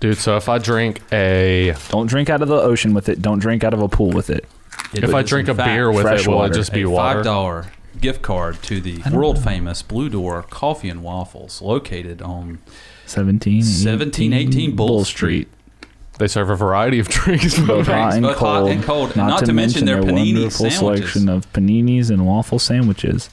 S1: Dude, so if I drink a
S2: Don't drink out of the ocean with it. Don't drink out of a pool with it.
S1: if I drink a beer with
S2: fresh
S1: it, will
S2: water.
S1: it just be
S3: a
S1: water?
S3: five dollar gift card to the world famous Blue Door Coffee and Waffles, located on
S2: 17,
S3: 17, 18 Bull Street.
S1: They serve a variety of drinks.
S2: Both hot and
S3: both
S2: cold.
S3: hot and cold, and not to mention their panini
S2: wonderful
S3: sandwiches.
S2: selection of paninis and waffle sandwiches.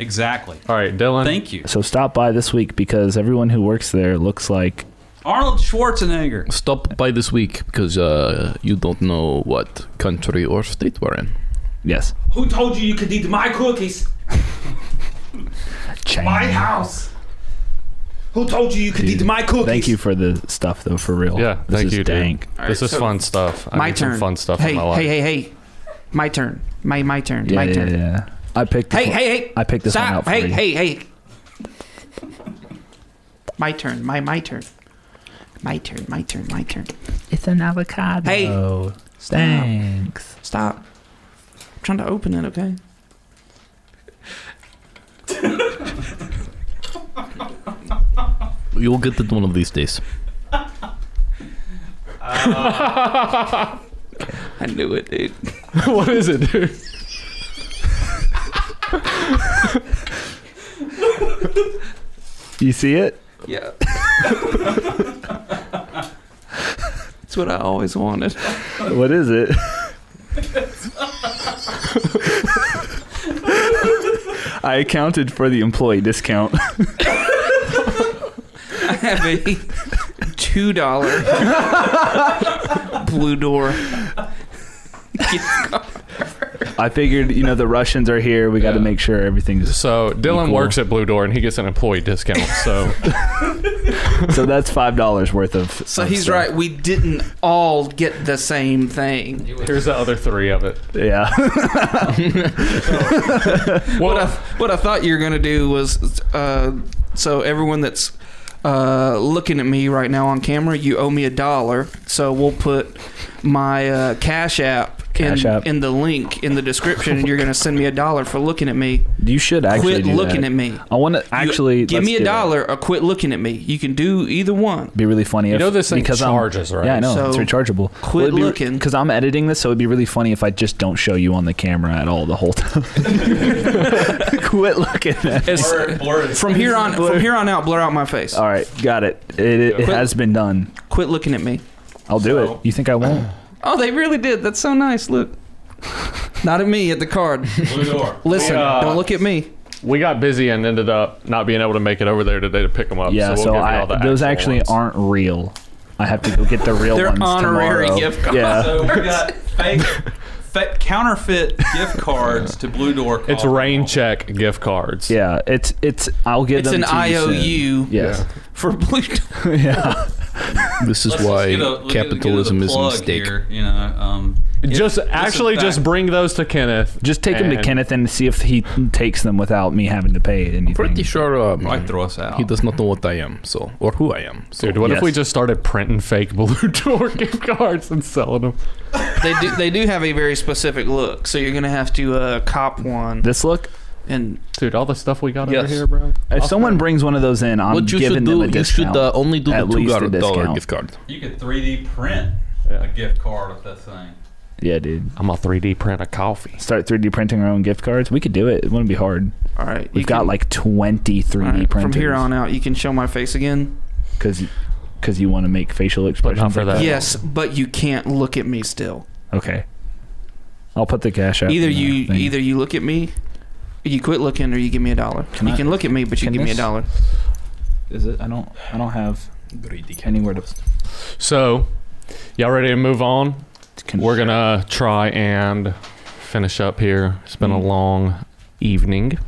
S3: exactly.
S1: All right, Dylan.
S3: Thank you,
S2: So stop by this week because everyone who works there looks like
S3: Arnold Schwarzenegger.
S5: Stop by this week because uh, you don't know what country or state we're in.
S2: yes,
S6: Who told you you could eat my cookies? My
S2: China.
S6: house. Who told you you could
S2: Dude,
S6: eat my cookies?
S2: Thank you for the stuff though, for real.
S1: Yeah,
S2: this
S1: thank
S2: is
S1: you, dude.
S2: dank.
S4: All
S1: this
S4: right,
S1: is
S4: so-
S1: fun stuff. I
S4: my
S1: need
S4: turn.
S1: Some fun stuff
S4: hey,
S1: in my life.
S4: hey, hey, hey. My turn. My my turn.
S2: Yeah,
S4: my
S2: yeah,
S4: turn.
S2: yeah. I picked. this
S4: Hey,
S2: one-
S4: hey, hey.
S2: I picked this one out
S4: Stop.
S2: for
S4: Hey,
S2: you.
S4: hey, hey. My turn. My my turn. My turn. My turn. My turn.
S2: It's an avocado.
S4: Hey. Stop.
S2: Thanks.
S4: Stop. I'm trying to open it, okay?
S5: You'll get it one of these days.
S4: I knew it, dude.
S1: what is it, dude?
S2: You see it?
S4: Yeah. It's what I always wanted.
S2: What is it? I accounted for the employee discount.
S4: I have a two dollar blue door.
S2: I figured, you know, the Russians are here. We got to make sure everything's.
S1: So Dylan
S2: Equal.
S1: works at Blue Door and he gets an employee discount. So
S2: So that's five dollars worth of.
S4: So
S2: of
S4: he's
S2: stuff.
S4: right. We didn't all get the same thing.
S1: here's the other three of it.
S2: Yeah.
S1: Well,
S4: what I what I thought you were gonna do was uh, so everyone that's uh, looking at me right now on camera, you owe me a dollar. So we'll put my uh, cash app.
S2: Cash
S4: in,
S2: App.
S4: in the link in the description, and you're going to send me a dollar for looking at me.
S2: You should actually
S4: quit looking at me.
S2: I want to actually
S4: You- give
S2: let's
S4: me a
S2: do that.
S4: dollar or quit looking at me. You can do either one.
S2: Be really funny.
S1: You
S2: if,
S1: know this thing
S2: because
S1: charges,
S2: I'm,
S1: right?
S2: Yeah, I know it's
S4: So,
S2: rechargeable.
S4: quit looking.
S2: because I'm editing this, so it'd be really funny if I just don't show you on the camera at all the whole time. quit looking. At
S1: it's-
S4: From here on, from here on out, blur out my face.
S2: All right, got it. It, it, it
S4: Quit-
S2: has been done.
S4: Quit looking at me.
S2: I'll do
S3: So-
S2: it. You think I won't?
S4: Oh, they really did. That's so nice. Look, not at me, at the card.
S3: Blue Door.
S4: Listen,
S1: Yeah.
S4: don't look at me.
S1: we got busy and ended up not being able to make it over there today to pick them up.
S2: yeah.
S1: so, we'll
S2: So,
S1: give you
S2: I,
S1: all the
S2: those
S1: actual
S2: actually
S1: ones.
S2: aren't real. I have to go get the real
S4: They're
S2: ones
S4: honorary
S2: tomorrow.
S4: gift cards.
S2: Yeah.
S3: So we got fake, fake counterfeit gift cards to Blue Door.
S1: It's
S3: Coffee
S1: rain
S3: and
S1: check gift cards.
S2: Yeah, it's it's. I'll get
S4: It's
S2: them.
S4: an
S2: to you soon.
S4: IOU
S2: Yes.
S4: for Blue.
S2: yeah.
S5: This is
S3: Waffles. Let's just
S5: why
S3: get a- let's get- get
S5: capitalism
S3: the
S5: is a
S3: plug
S5: mistake.
S3: here, you know, um,
S1: Just
S3: if-
S1: actually,
S3: if in
S1: just
S3: fact-
S1: bring those to Kenneth.
S2: Just take them to
S1: and-
S2: Kenneth and see if he takes them without me having to pay anything.
S5: Pretty sure um,
S3: might throw us out.
S5: he does not know what I am, so or who I am. So
S1: Dude, what if
S2: Yes.
S1: we just started printing fake Blue Door gift cards and selling them?
S4: they do. They do have a very specific look, so you're gonna have to uh, cop one.
S2: This look.
S4: And
S1: Dude, all the stuff we got
S5: Yes.
S1: over here, bro.
S2: If someone brings one of those in, I'm
S5: what you
S2: giving
S5: should
S2: them
S5: do?
S2: a
S5: You
S2: discount.
S5: should uh, only do
S2: At
S5: the two
S2: least a
S5: dollar dollar
S2: discount.
S5: gift card.
S3: You could 3D print
S1: Yeah.
S3: a gift card with that thing.
S2: yeah, dude.
S1: I'm gonna 3D print a coffee.
S2: Start 3D printing our own gift cards. We could do it. It wouldn't be hard.
S4: all right,
S2: We've
S4: you
S2: got
S4: can-
S2: like 20 3D
S4: all right,
S2: printers.
S4: from here on out. You can show my face again.
S2: because because you want to make facial expressions.
S1: for
S2: like
S1: that.
S4: Yes, but you can't look at me still.
S2: Okay. I'll put the cash out.
S4: either
S2: in the
S4: you
S2: thing.
S4: either you look at me, you quit looking, or you give me a dollar.
S2: Can
S4: you
S2: I-
S4: can look at me, but you
S2: can
S4: give me a
S2: this-
S4: dollar.
S2: Is it? I don't. I don't have anywhere to.
S1: So, y'all ready to move on?
S2: Can,
S1: We're gonna try and finish up here. It's been a
S2: Mm.
S1: long evening,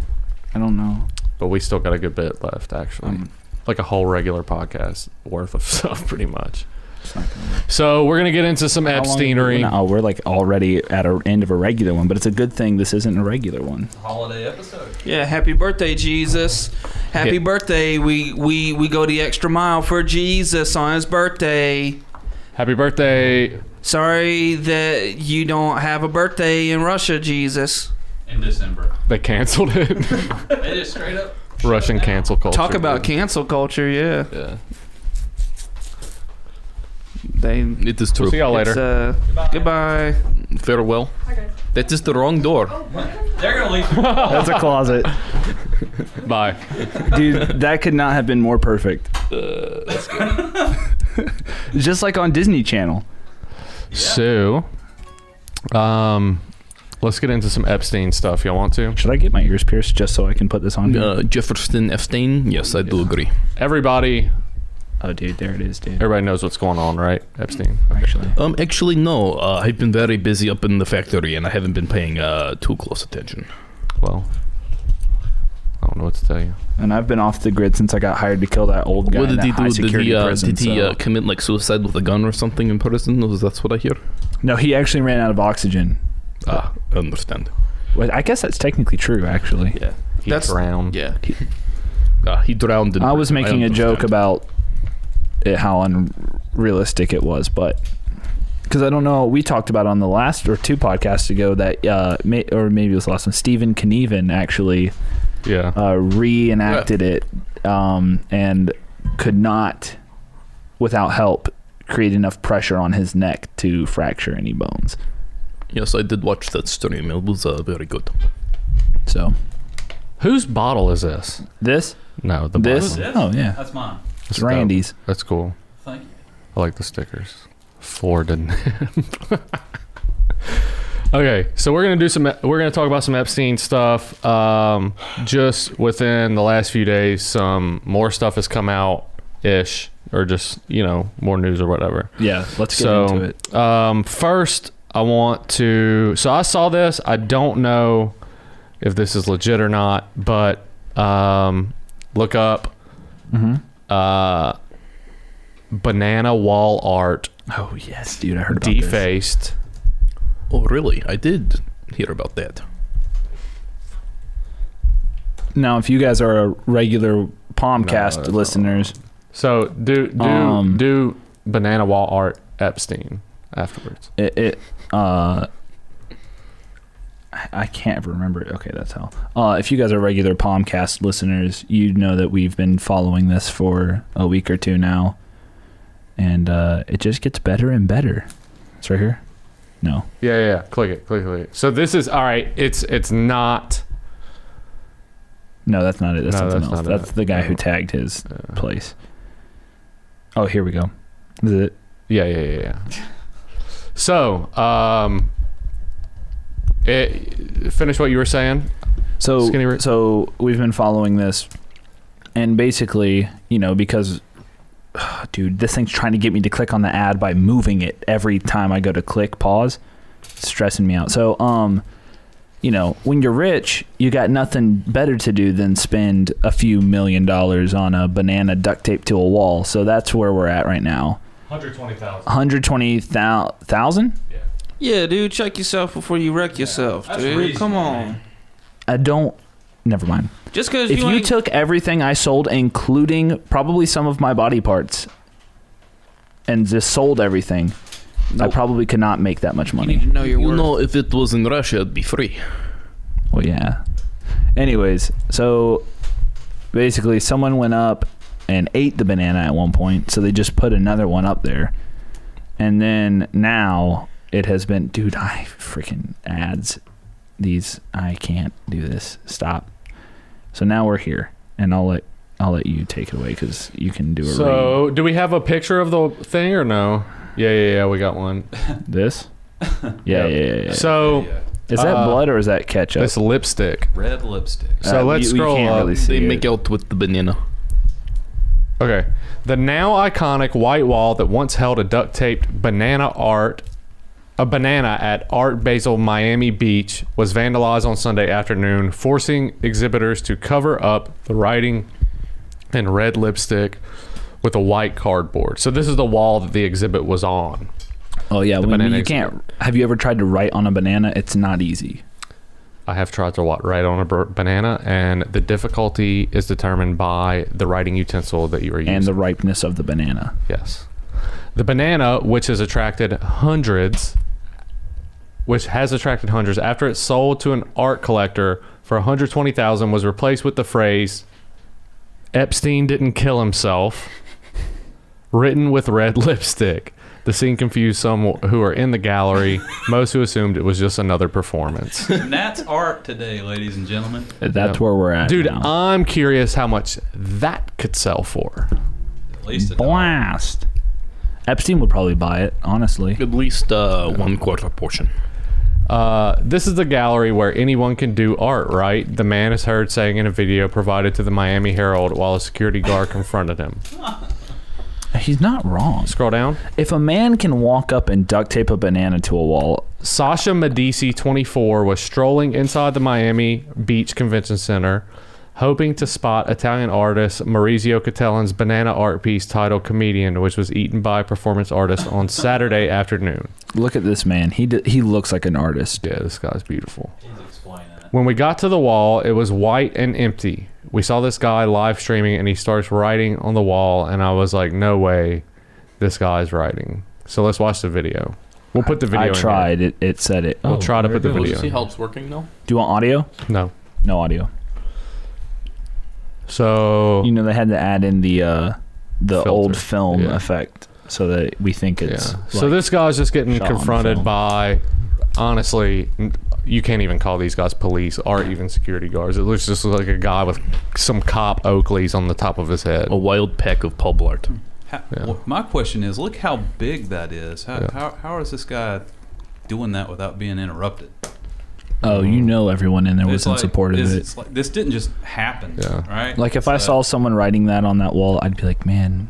S2: I don't know.
S1: but we still got a good bit left, actually.
S2: Um,
S1: like a whole regular podcast worth of stuff, pretty much.
S2: it's not gonna work.
S1: So we're gonna get into some
S2: How long have we been
S1: Epsteinery.
S2: out? Oh, we're like already at a end of a regular one, but it's a good thing this isn't a regular one.
S3: Holiday episode.
S4: Yeah, happy birthday, Jesus. Happy
S1: Yeah.
S4: birthday. We, we we go the extra mile for Jesus on his birthday.
S1: Happy birthday!
S4: Sorry that you don't have a birthday in Russia, Jesus.
S3: In December.
S1: They canceled it.
S3: They just straight up. shut
S1: Russian
S3: down.
S1: cancel culture.
S4: Talk about
S1: dude.
S4: cancel culture, yeah.
S1: Yeah.
S4: birthday. and
S5: It is true.
S1: We'll see y'all
S4: It's,
S1: later.
S4: uh, goodbye.
S5: Farewell. That is the wrong door.
S3: They're gonna leave.
S2: That's a closet.
S1: Bye.
S2: Dude, that could not have been more perfect. Uh, Just like on Disney Channel.
S1: So, um, let's get into some Epstein stuff. Y'all want to?
S2: Should I get my ears pierced just so I can put this on?
S5: Uh, Jefferson Epstein. Yes, I do agree.
S1: Everybody,
S2: oh, dude, there it is, dude.
S1: everybody knows what's going on, right? Epstein.
S2: Actually,
S5: Um, actually, no. Uh, I've been very busy up in the factory, and I haven't been paying uh, too close attention.
S1: Well, I don't know what to tell you.
S2: and I've been off the grid since I got hired to kill that old guy
S5: what
S2: in
S5: did
S2: that
S5: he
S2: high
S5: do? Did
S2: security
S5: he, uh,
S2: prison.
S5: did he
S2: so-
S5: uh, commit like suicide with a gun or something in prison? Was that's what I hear?
S2: no, he actually ran out of oxygen.
S5: Ah, I understand.
S2: Well, I guess that's technically true, actually.
S5: Yeah,
S1: He
S5: That's-
S1: drowned.
S5: yeah. He, ah, he drowned. In
S2: I was
S5: prison.
S2: making a joke
S5: understand.
S2: about it, how unrealistic it was, but because I don't know, we talked about on the last or two podcasts ago that, uh, may, or maybe it was the last one, Stephen Knieven actually
S1: Yeah.
S2: uh, reenacted it um, and could not, without help, create enough pressure on his neck to fracture any bones.
S5: Yes, I did watch that stream. It was uh, very good.
S2: So
S1: Whose bottle is this?
S2: this,
S1: No, the
S2: this,
S1: bottle.
S3: This?
S2: oh yeah,
S3: That's mine.
S2: it's Randy's.
S1: That's cool.
S3: Thank you.
S1: I like the stickers. Florida. okay, so we're gonna do some. We're gonna talk about some Epstein stuff. Um, just within the last few days, some more stuff has come out, ish, or just you know more news or whatever.
S2: Yeah, let's get
S1: so,
S2: into it.
S1: Um, first, I want to. So I saw this. I don't know if this is legit or not, but um, look up
S2: Mhm.
S1: uh, banana wall art
S2: Oh yes, dude, I heard about this.
S1: defaced.
S5: Oh, really? I did hear about that.
S2: Now, if you guys are a regular
S1: No,
S2: Palmcast
S1: that's not
S2: listeners,
S1: So do do
S2: Um,
S1: do banana wall art Epstein afterwards.
S2: it, it uh, I- I can't remember it. Okay, that's how. Uh, if you guys are regular Palmcast listeners, you know that we've been following this for a week or two now, and uh, it just gets better and better. It's right here. No,
S1: Yeah, yeah, yeah. Click it, click it, click it. So this is all right. It's it's not.
S2: no, that's not it. That's
S1: No,
S2: something
S1: that's
S2: else.
S1: not it.
S2: That's the guy who
S1: No.
S2: tagged his
S1: Uh,
S2: place. Oh, here we go. Is it?
S1: Yeah, yeah, yeah, yeah. So, um, it, finish what you were saying.
S2: So
S1: Skinny Rick.
S2: so we've been following this, and basically, you know, because. Dude, this thing's trying to get me to click on the ad by moving it every time I go to click pause. It's stressing me out. So, um, you know, when you're rich, you got nothing better to do than spend a few million dollars on a banana duct tape to a wall. So that's where we're at right now.
S1: 120,000.
S2: 120,000?
S4: Yeah, dude, check yourself before you wreck yourself,
S3: That's
S4: dude.
S3: reasonable,
S4: Come on.
S3: man.
S2: I don't never mind.
S4: Just because
S2: if
S4: you,
S2: you,
S4: ain't
S2: took everything I sold, including probably some of my body parts, and just sold everything, I
S5: Nope.
S2: probably could not make that much
S4: you need
S2: money.
S4: to know your
S5: you
S4: worth.
S5: know, if it was in Russia, it'd be free.
S2: Well, yeah. Anyways, so basically, someone went up and ate the banana at one point, so they just put another one up there, and then now it has been, dude. I freaking ads. These I can't do this. Stop. So now we're here, and I'll let I'll let you take it away because you can do a read.
S1: So, do we have a picture of the thing or no? Yeah, yeah, yeah. We got one.
S2: This? Yeah, yeah, yeah. yeah.
S1: So,
S3: Yeah.
S2: is that
S1: uh,
S2: blood or is that ketchup?
S1: this lipstick.
S3: Oh. Red lipstick.
S1: So
S2: Uh,
S1: let's
S2: you- you
S1: scroll
S2: can't
S1: up.
S2: really see
S5: They
S2: it.
S5: make out with the banana.
S1: Okay. The now iconic white wall that once held a duct taped banana art, a banana at Art Basel Miami Beach, was vandalized on Sunday afternoon, forcing exhibitors to cover up the writing in red lipstick with a white cardboard. So this is the wall that the exhibit was on.
S2: Oh yeah, when
S1: banana
S2: you
S1: exp-
S2: can't. Have you ever tried to write on a banana? It's not easy.
S1: I have tried to wa- write on a br- banana, and the difficulty is determined by the writing utensil that you are using.
S2: and the ripeness of the banana.
S1: Yes. The banana, which has attracted hundreds, which has attracted hundreds after it sold to an art collector for 120,000 was replaced with the phrase Epstein didn't kill himself written with red lipstick. The scene confused some who were in the gallery, most who assumed it was just another performance.
S3: Nat's art today, ladies and gentlemen.
S2: That's
S1: Yeah.
S2: where we're at,
S1: Dude, uh,
S2: now.
S1: I'm curious how much that could sell for.
S3: At least a dollar.
S2: Blast. Epstein would probably buy it, honestly.
S5: At least uh, one quarter portion.
S1: Uh, this is the gallery where anyone can do art, right? The man is heard saying in a video provided to the Miami Herald while a security guard confronted him.
S2: He's not wrong.
S1: Scroll down.
S2: If a man can walk up and duct tape a banana to a wall,
S1: Sasha Medici, 24, was strolling inside the Miami Beach Convention Center, hoping to spot Italian artist Maurizio Cattelan's banana art piece titled Comedian, which was eaten by performance artists on Saturday afternoon.
S2: look at this man. He d- he looks like an artist.
S1: Yeah, this guy's beautiful.
S3: He's explaining it.
S1: When we got to the wall, it was white and empty. We saw this guy live streaming and he starts writing on the wall, and I was like, no way, this guy's writing. So let's watch the video. We'll put the video
S2: I
S1: in. here. Oh.
S2: tried. It, it said it.
S1: We'll try to put the video in.
S5: helps working now?
S2: Do you want audio?
S1: No.
S2: No audio.
S1: So.
S2: You know they had to add in the uh, the
S1: Oh. Filter.
S2: old film
S1: Yeah.
S2: effect so that we think it's.
S1: Yeah.
S2: like-
S1: so this guy's just getting
S2: shot on
S1: confronted
S2: film.
S1: by, honestly, n- you can't even call these guys police or even security guards. It looks just like a guy with some cop Oakleys on the top of his head.
S5: A wild pack of pub art.
S3: How,
S1: Yeah.
S3: well, my question is, look how big that is. How,
S1: Yeah.
S3: how, how is this guy doing that without being interrupted?
S2: oh, you know everyone in there was
S3: It's
S2: in
S3: like-
S2: support of
S3: this,
S2: it.
S3: It's like, this didn't just happen,
S1: Yeah.
S3: right?
S2: Like if
S3: So
S2: I saw someone writing that on that wall, I'd be like, man,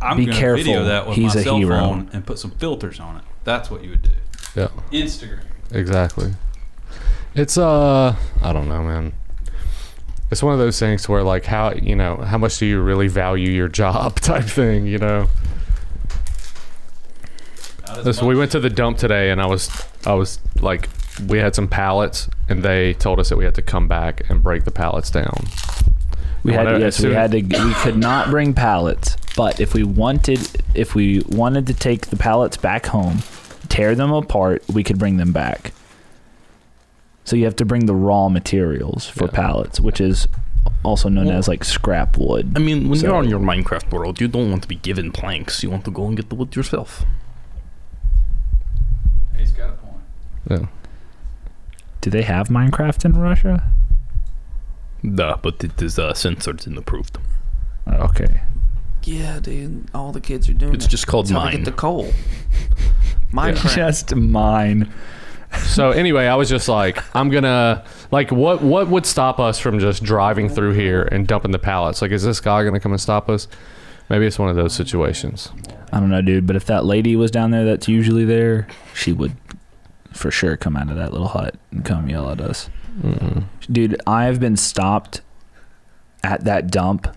S3: I'm
S2: be
S3: gonna
S2: careful,
S3: Video that with
S2: he's
S3: my
S2: a
S3: cell
S2: hero.
S3: phone and put some filters on it. That's what you would do.
S1: Yeah,
S3: Instagram.
S1: exactly. It's uh, I don't know, man. It's one of those things where like how you know how much do you really value your job type thing, you know.
S3: Not as
S1: Listen,
S3: much.
S1: we went to the dump today, and I was, I was like, we had some pallets, and they told us that we had to come back and break the pallets down.
S2: we had
S1: Whatever,
S2: yes,
S1: as
S2: we
S1: soon-
S2: had to we could not bring pallets, but if we wanted if we wanted to take the pallets back home, tear them apart, we could bring them back. So you have to bring the raw materials for
S1: Yeah.
S2: pallets, which is also known
S5: Well-
S2: as like scrap wood.
S5: I mean, when
S2: So-
S5: you're on your Minecraft world, you don't want to be given planks. You want to go and get the wood yourself.
S3: He's got a point.
S1: Yeah.
S2: Do they have Minecraft in Russia?
S5: Duh, but it is uh, censored and approved.
S2: Okay.
S4: Yeah, dude. All the kids are doing
S5: It's
S4: it.
S5: just called
S4: That's how they
S5: mine.
S4: get the coal. Minecraft.
S2: Just mine.
S1: So anyway, I was just like, I'm gonna like, what what would stop us from just driving through here and dumping the pallets? Like, is this guy gonna come and stop us? Maybe it's one of those situations.
S2: I don't know, dude, but if that lady was down there that's usually there, she would for sure come out of that little hut and come yell at us. Dude, I've been stopped at that dump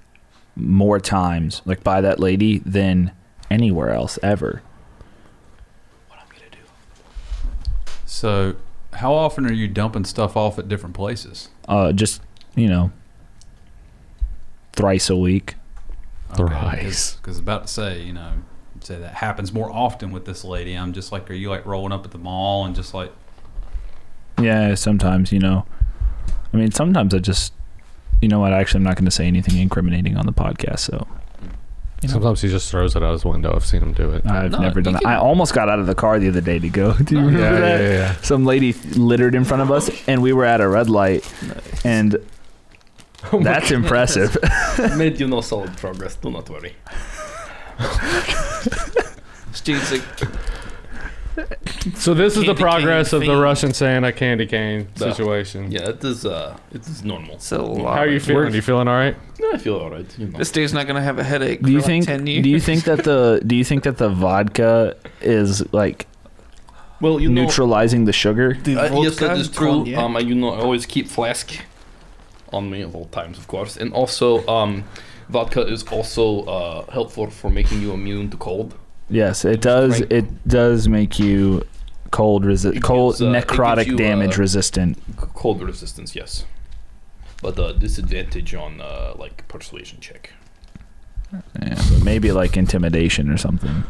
S2: more times, like by that lady, than anywhere else ever.
S3: So, how often are you dumping stuff off at different places?
S2: Uh, just, you know, thrice a week.
S1: Thrice.
S3: Because about to say, you know, say that happens more often with this lady. I'm just like, are you like rolling up at the mall and just like,
S2: Yeah, sometimes, you know. I mean, sometimes I just, you know what? Actually, I'm not going to say anything incriminating on the podcast, so. You know.
S1: Sometimes he just throws it out his window. I've seen him do it.
S2: I've
S5: No,
S2: never
S5: you
S2: done that.
S5: can-
S2: I almost got out of the car the other day to go. Do you remember
S1: yeah,
S2: that?
S1: yeah, yeah.
S2: Some lady littered in front of us, and we were at a red light, and
S5: Oh
S2: that's impressive.
S5: Made you no solid progress. Do not worry.
S4: Steve's like,
S1: So this is the
S4: Candy cane
S1: progress of the
S4: fiend.
S1: Russian Santa candy cane
S5: Duh.
S1: situation.
S5: Yeah, it is. Uh, it is normal.
S4: it's a lot.
S1: How are you feeling? You feeling all right?
S5: Yeah, I feel alright. You know.
S4: This dude's not gonna have a headache.
S2: do you
S4: for
S2: think?
S4: Like Ten
S2: Do
S4: years.
S2: you think that the? Do you think that the vodka is like
S5: well, you know.
S2: neutralizing the sugar?
S5: Uh, yes,
S4: vodka
S5: that is
S4: is
S5: true.
S4: cognac.
S5: Um, I, you know, I always keep flask on me at all times, of course, and also um, vodka is also uh, helpful for making you immune to cold.
S2: Yes, it does.
S5: Right.
S2: It does make you cold
S5: It
S2: resist, cold
S5: gives, uh, it
S2: necrotic
S5: gives you,
S2: damage
S5: uh,
S2: resistant.
S5: C- cold resistance, yes, but uh, disadvantage on uh, like persuasion check.
S2: Yeah, but maybe like intimidation or something.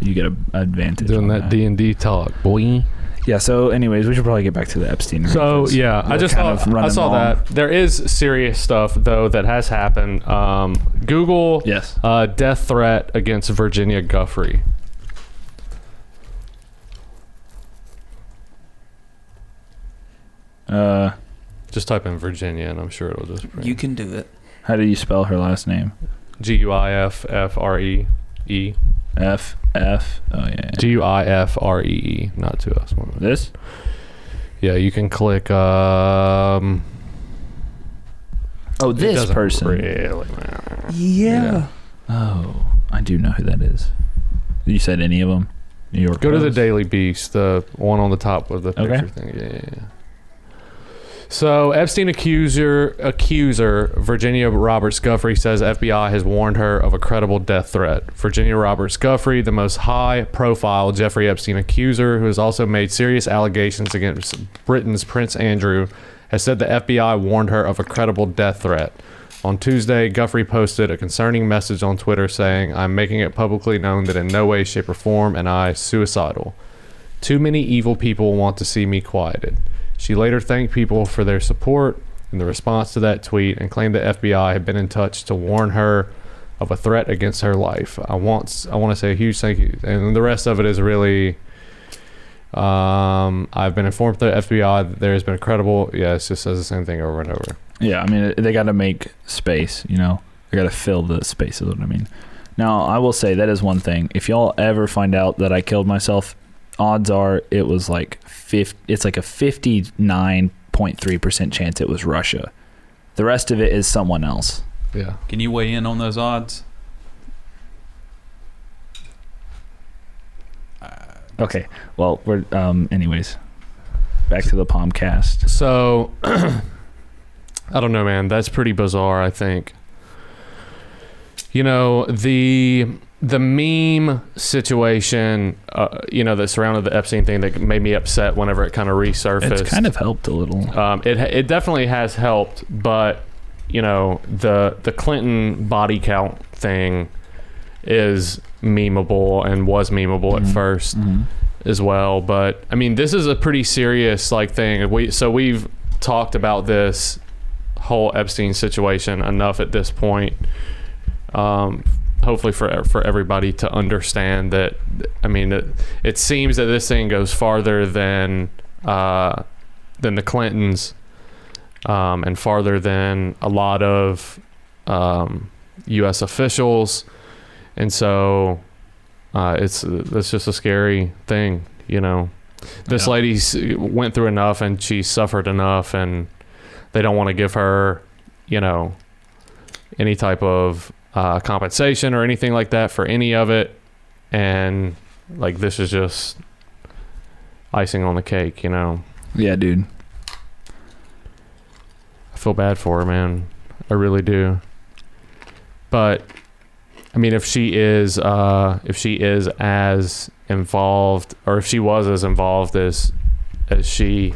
S2: You get an advantage. on
S1: and D talk, boy.
S2: Yeah. So, anyways, we should probably get back to the Epstein.
S1: So
S2: reference.
S1: yeah, I
S2: We're
S1: just
S2: kind
S1: saw,
S2: of
S1: I
S2: running
S1: saw
S2: long.
S1: that there is serious stuff though that has happened. Um, Google
S2: Yes.
S1: uh, death threat against Virginia Guffrey.
S2: Uh,
S1: Just type in Virginia, and I'm sure it'll just
S4: You can do it.
S2: how do you spell her last name?
S1: G U I F F R E E
S2: F F. Oh yeah.
S1: G U I F R E E, not two F's. one of it.
S2: This.
S1: Yeah, you can click. Um,
S2: Oh,
S1: it
S2: this
S1: doesn't
S2: person.
S1: Really matter.
S4: Yeah.
S2: Oh, I do know who that is. You said any of them? New York.
S1: Go to the
S2: Post?
S1: Daily Beast, the one on the top of the
S2: Okay.
S1: picture thing. Yeah, yeah, yeah. So Epstein accuser accuser Virginia Roberts Guffrey says FBI has warned her of a credible death threat. Virginia Roberts Guffrey, the most high profile Jeffrey Epstein accuser, who has also made serious allegations against Britain's Prince Andrew, has said the FBI warned her of a credible death threat. On Tuesday, Guffrey posted a concerning message on Twitter saying, I'm making it publicly known that in no way, shape, or form am I suicidal. Too many evil people want to see me quieted. She later thanked people for their support in the response to that tweet and claimed the FBI had been in touch to warn her of a threat against her life. I want I want to say a huge thank you, and the rest of it is really. Um, I've been informed by the FBI that there has been a credible. Yeah, it just says the same thing over and over.
S2: Yeah, I mean they got to make space. You know, they got to fill the space. Is what I mean. Now I will say that is one thing. If y'all ever find out that I killed myself, odds are it was like 50, It's like a fifty-nine point three percent chance it was Russia. The rest of it is someone else.
S1: Yeah,
S3: Can you weigh in on those odds?
S2: Okay. Well, we're um. Anyways, back to the Palmcast.
S1: So I don't know, man. That's pretty bizarre, I think. You know, the the meme situation, uh, you know, that surrounded the Epstein thing that made me upset whenever it kind of resurfaced.
S2: It's kind of helped a little.
S1: Um, it it definitely has helped, but you know the the Clinton body count thing is memeable and was memeable at
S2: Mhm.
S1: 1st
S2: Mhm.
S1: as well. But I mean, this is a pretty serious like thing. We so we've talked about this whole Epstein situation enough at this point. Um, hopefully for for everybody to understand that. I mean, it, it seems that this thing goes farther than uh, than the Clintons, um, and farther than a lot of um, U.S. officials, and so uh, it's that's just a scary thing, you know. This
S2: Yeah.
S1: lady s- went through enough, and she suffered enough, and they don't want to give her, you know, any type of uh, compensation or anything like that for any of it, and like this is just icing on the cake, you know.
S2: Yeah, dude.
S1: I feel bad for her, man. I really do. But I mean, if she is, uh, if she is as involved, or if she was as involved as as she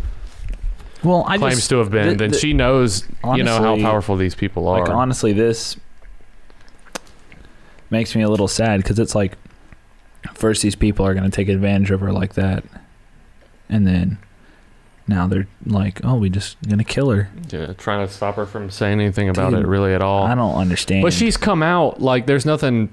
S2: Well, I
S1: claims
S2: just
S1: to have been,
S2: the-
S1: then
S2: the-
S1: she knows,
S2: honestly,
S1: you know, how powerful these people are.
S2: Like honestly, this makes me a little sad because it's like first these people are going to take advantage of her like that, and then now they're like, oh, we just going to kill her.
S1: yeah, trying to stop her from saying anything about
S2: Dude,
S1: it really at all.
S2: I don't understand.
S1: Oh. But she's come out like there's nothing,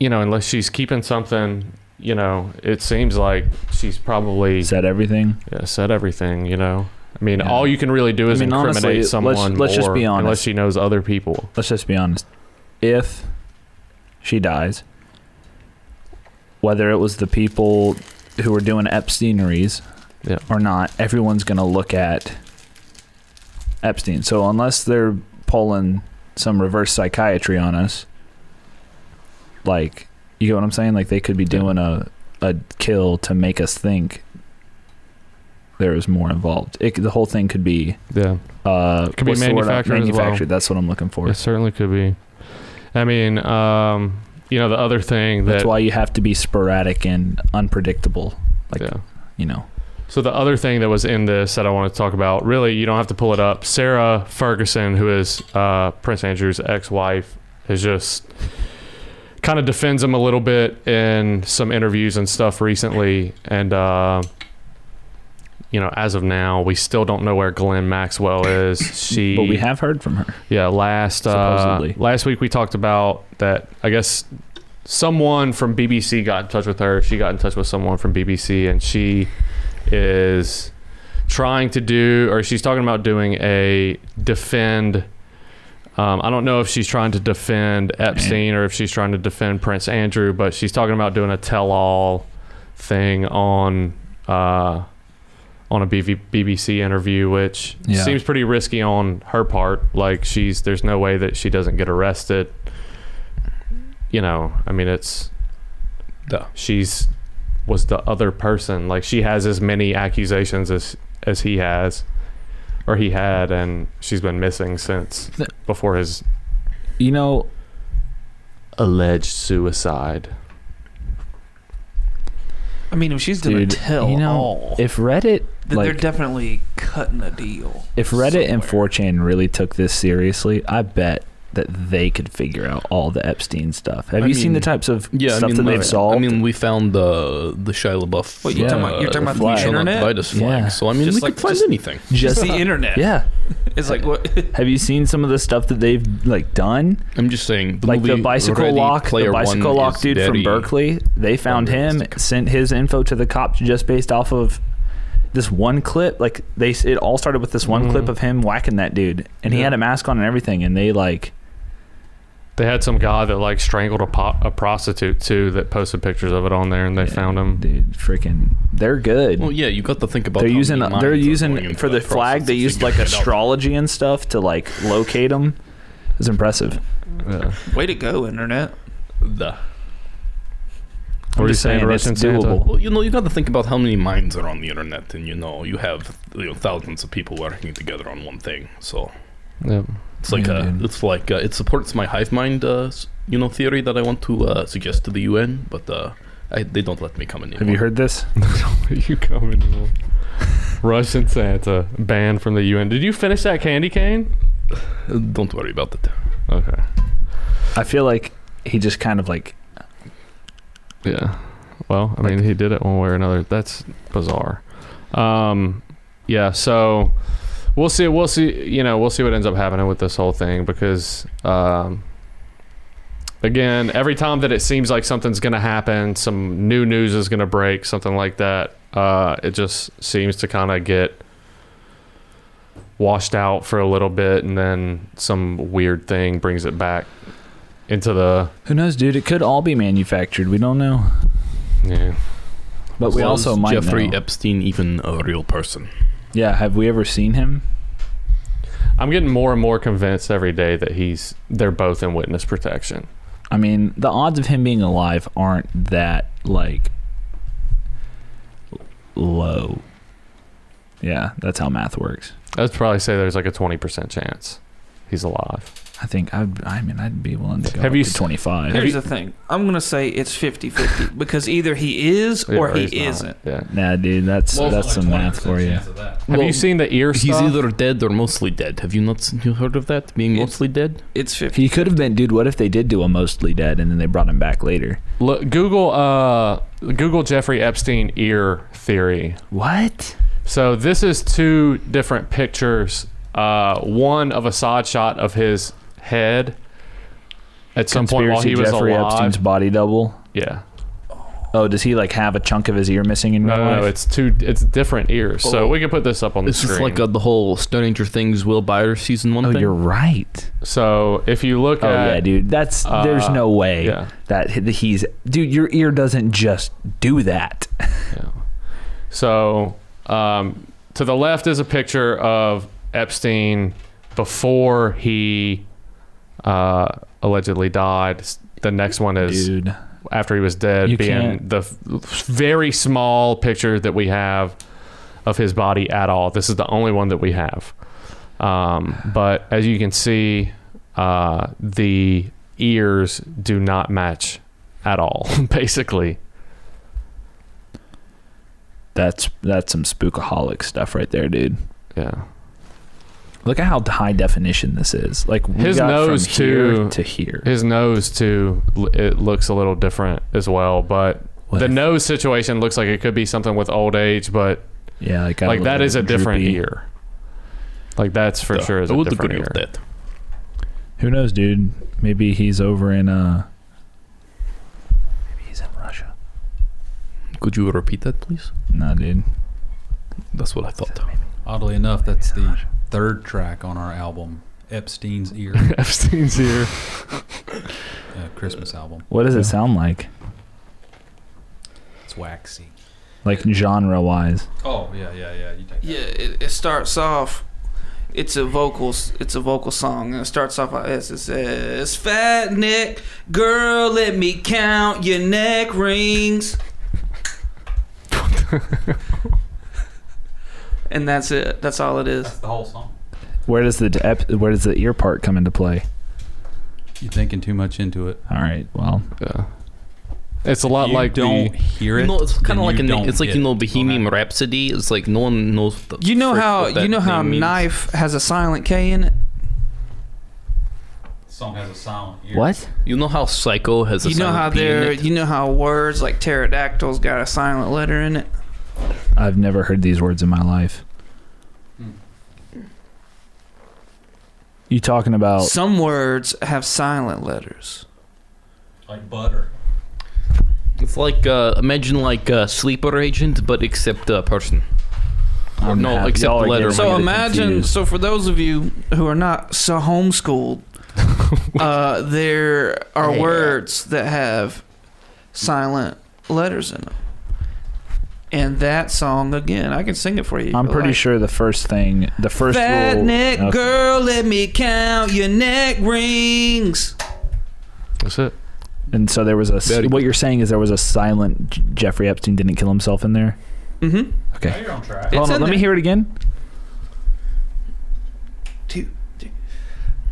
S1: you know, unless she's keeping something. You know, it seems like she's probably
S2: said everything.
S1: yeah, said everything, you know. I mean,
S2: Yeah.
S1: all you can really do
S2: I
S1: is
S2: mean,
S1: incriminate
S2: honestly, let's-
S1: someone
S2: let's just
S1: more,
S2: be honest.
S1: unless she knows other people.
S2: Let's just be honest. If she dies, whether it was the people who were doing Epsteineries
S1: Yeah.
S2: or not, everyone's going to look at Epstein. So unless they're pulling some reverse psychiatry on us, like you get what I'm saying? Like they could be doing a a kill to make us think there is more involved. It, could- the whole thing could be
S1: Yeah.
S2: uh,
S1: Could be
S2: what's the word I'm-
S1: manufactured as well.
S2: manufactured. That's what I'm looking for.
S1: It certainly could be. I mean, um, you know, the other thing that
S2: That's why you have to be sporadic and unpredictable. Like
S1: yeah.
S2: you know,
S1: So the other thing that was in this that I want to talk about, really, you don't have to pull it up. Sarah Ferguson, who is uh, Prince Andrew's ex-wife, has just kind of defends him a little bit in some interviews and stuff recently. And uh, you know, as of now, we still don't know where Glenn Maxwell is. She,
S2: but we have heard from her.
S1: yeah, last uh,
S2: Supposedly.
S1: last week we talked about that. I guess someone from BBC got in touch with her. She got in touch with someone from BBC, and she is trying to do, or she's talking about doing a defend. Um, I don't know if she's trying to defend Epstein or if she's trying to defend Prince Andrew, but she's talking about doing a tell-all thing on uh, on a BV- BBC interview, which
S2: Yeah.
S1: seems pretty risky on her part. Like she's there's no way that she doesn't get arrested. You know, I mean, it's
S5: Duh.
S1: she's was the other person. Like she has as many accusations as as he has, or he had, and she's been missing since
S2: Th-
S1: before his
S2: You know,
S1: alleged suicide.
S4: I mean, if she's gonna
S2: Dude,
S4: tell
S2: you know,
S4: all,
S2: if Reddit
S4: then they're
S2: like
S4: definitely cutting a deal.
S2: if Reddit and
S4: somewhere.
S2: 4chan really took this seriously, I bet that they could figure out all the Epstein stuff. Have
S5: I
S2: you seen the
S5: mean-
S2: types of
S5: Yeah,
S2: stuff
S5: I mean,
S2: that they've
S5: like-
S2: solved?
S5: I mean, we found the the Shia LaBeouf. uh,
S4: What, you're
S2: talking about-
S4: you're talking about
S2: the
S5: flag. Shall Not
S4: internet?
S5: Divide Us flag.
S2: Yeah.
S5: So I mean,
S3: Just
S5: we
S3: like-
S5: could find
S3: just-
S5: anything.
S4: Just the internet.
S2: yeah.
S4: It's like what?
S2: Have you seen some of the stuff that they've like done?
S5: I'm just saying, the
S2: like the
S5: movie
S2: bicycle
S5: Ready
S2: lock, the
S5: Player
S2: bicycle
S5: One
S2: lock
S5: is
S2: dude from
S5: very-
S2: Berkeley. They found him,
S5: unrealistic.
S2: sent his info to the cops just based off of this one clip. Like they, it all started with this one
S1: Mhm.
S2: clip of him whacking that dude, and he
S1: Yeah.
S2: had a mask on and everything. And they like,
S1: They had some guy that like strangled a, po- a prostitute too that posted pictures of it on there, and they
S2: Yeah.
S1: found him.
S2: dude, freaking, they're good.
S5: Well, yeah, you got to think about.
S2: they're
S5: how many
S2: using,
S5: minds
S2: they're
S5: are going
S2: using
S5: into
S2: for the
S5: that
S2: flag.
S5: process
S2: They
S5: to
S2: used
S5: figure
S2: like
S5: it out.
S2: astrology and stuff to like locate him. It's impressive.
S1: Yeah.
S4: Way to go, internet.
S5: The-
S1: What are you
S2: just
S1: saying,
S2: saying, it's
S1: Russian Santa?
S2: doable.
S5: Well, you know, you got to think about how many minds are on the internet, and you know, you have you know, thousands of people working together on one thing. So
S1: Yep.
S5: it's like
S2: Yeah,
S5: uh
S2: dude.
S5: it's like uh, it supports my hive mind, uh, s- you know, theory that I want to uh, suggest to the UN, but uh, I, they don't let me come in.
S2: Have you heard this?
S1: you coming? Will? Russian Santa banned from the UN. Did you finish that candy cane?
S5: heard? Don't worry about it.
S1: Okay.
S2: I feel like he just kind of like
S1: Yeah. Well, I mean, he did it one way or another. That's bizarre. Um, yeah. So we'll see. We'll see. You know, we'll see what ends up happening with this whole thing because, um, again, every time that it seems like something's going to happen, some new news is going to break, something like that. Uh, it just seems to kind of get washed out for a little bit, and then some weird thing brings it back into the
S2: who knows, dude. It could all be manufactured. We don't know.
S1: yeah.
S2: But we also might
S5: Jeffrey
S2: know.
S5: Epstein even a real person?
S2: Yeah, have we ever seen him?
S1: I'm getting more and more convinced every day that he's they're both in witness protection.
S2: I mean, the odds of him being alive aren't that like low. Yeah, that's how math works.
S1: I'd probably say there's like a 20% chance he's alive.
S2: I think I. I mean, I'd be willing to go
S1: Have
S2: up
S1: you
S2: to
S1: s-
S2: twenty five.
S4: Here's the thing. I'm gonna say it's 50-50 because either he is
S1: Yeah,
S4: or
S1: he's
S4: he
S1: not.
S4: isn't.
S1: Yeah.
S2: Nah, dude, that's
S3: Well,
S2: that's
S3: like
S2: some math
S3: 20%
S2: for you.
S3: chance of that.
S1: Have you seen the ear
S5: He's
S1: stuff?
S5: either dead or mostly dead. Have you not s- you heard of that being
S4: It-
S5: mostly dead?
S4: It's 50.
S2: He could have been, dude. What if they did do a mostly dead and then they brought him back later?
S1: Look, Google uh, Google Jeffrey Epstein ear theory.
S2: What?
S1: So this is two different pictures. Uh, one of a side shot of his head at some point while he was
S2: Jeffrey
S1: alive.
S2: Epstein's body double.
S1: yeah.
S2: Oh, does he like have a chunk of his ear missing in
S1: No,
S2: real
S1: no,
S2: life?
S1: no, it's two. It's different ears. So
S5: Oh.
S1: we can put this up on the
S5: This
S1: screen.
S5: is like uh the whole Stranger Things Will Byers season one
S2: oh,
S5: thing.
S2: you're right.
S1: so if you look
S2: Oh
S1: at
S2: yeah, dude. That's there's
S1: uh,
S2: no way
S1: yeah.
S2: that he- he's dude. Your ear doesn't just do that.
S1: Yeah. So um, to the left is a picture of Epstein before he uh, allegedly died. S- The next one is
S2: dude.
S1: after he was dead,
S2: You
S1: being
S2: can't-
S1: the f- very small picture that we have of his body at all. This is the only one that we have. Um, but as you can see, uh, the ears do not match at all, basically.
S2: That's that's some spookaholic stuff right there, dude.
S1: Yeah.
S2: Look at how high definition this is. Like we
S1: His
S2: got
S1: nose,
S2: from here
S1: too.
S2: to here.
S1: His nose too. l- It looks a little different as well, but
S2: What
S1: the
S2: if-
S1: nose situation looks like it could be something with old age, but
S2: yeah, like, got
S1: like that
S2: little
S1: is a different
S2: droopy.
S1: ear. Like that's for
S5: Duh.
S1: sure is
S5: I
S1: a
S5: would
S1: different
S5: agree
S1: ear.
S5: with that.
S2: Who knows, dude? Maybe he's over in uh. Maybe he's in Russia.
S5: Could you repeat that, please?
S2: Nah, dude.
S5: That's what I thought.
S3: Oddly enough, that's the third track on our album, Epstein's Ear,
S1: Epstein's here.
S3: uh, Christmas album.
S2: What does
S5: Yeah.
S2: it sound like?
S3: It's waxy.
S2: Like genre wise?
S3: Oh yeah, yeah, yeah. You take that.
S4: Yeah, it, it starts off. It's a vocals. It's a vocal song, and it starts off like this. It says, "Fat neck girl, let me count your neck rings." and that's it. That's all it is.
S3: That's the whole song.
S2: Where does the ep- where does the ear part come into play?
S3: You're thinking too much into it.
S2: All right, well,
S1: Yeah. It's a lot
S3: you
S1: like
S3: don't
S1: the,
S3: hear it.
S5: No, it's
S3: then
S5: kind of like
S3: you
S5: a na-
S3: don't
S5: it's like
S3: get
S5: you know
S3: it.
S5: Bohemian
S3: Okay.
S5: Rhapsody. It's like no one knows. what the
S4: You know
S5: frick
S4: how
S5: what that
S4: you know how
S5: name means.
S4: knife has a silent K in it.
S3: Song has a silent ear.
S2: what?
S5: You know how Psycho has a
S4: you know
S5: silent
S4: how
S5: P in
S4: there.
S5: it?
S4: You know how words like pterodactyls got a silent letter in it.
S2: I've never heard these words in my life.
S3: Hmm.
S2: You talking
S5: Oh.
S2: about
S4: Some words have silent letters.
S3: Like butter.
S5: It's like uh, imagine like a sleeper agent, but except a person. Or
S2: I'm
S5: no,
S2: happy-
S5: except
S2: y'all are
S5: letter.
S2: getting
S5: So
S4: So
S2: really
S4: imagine,
S2: confused.
S4: so for those of you who are not so homeschooled, uh, there are
S5: Hey.
S4: words that have silent letters in them. And that song again, I can sing it for you. if
S2: I'm
S4: you
S2: pretty
S4: like.
S2: sure the first thing, the first
S4: Fat
S2: rule. uh,
S4: neck
S2: Okay.
S4: girl, let me count your neck rings.
S1: That's it.
S2: And so there was a. s-
S5: Very
S2: What you're saying is there was a silent J- Jeffrey Epstein didn't kill himself in there.
S4: Mm-hmm.
S2: Okay.
S3: Now you're on track.
S2: Hold on,
S4: in
S2: let me
S4: there.
S2: hear it again.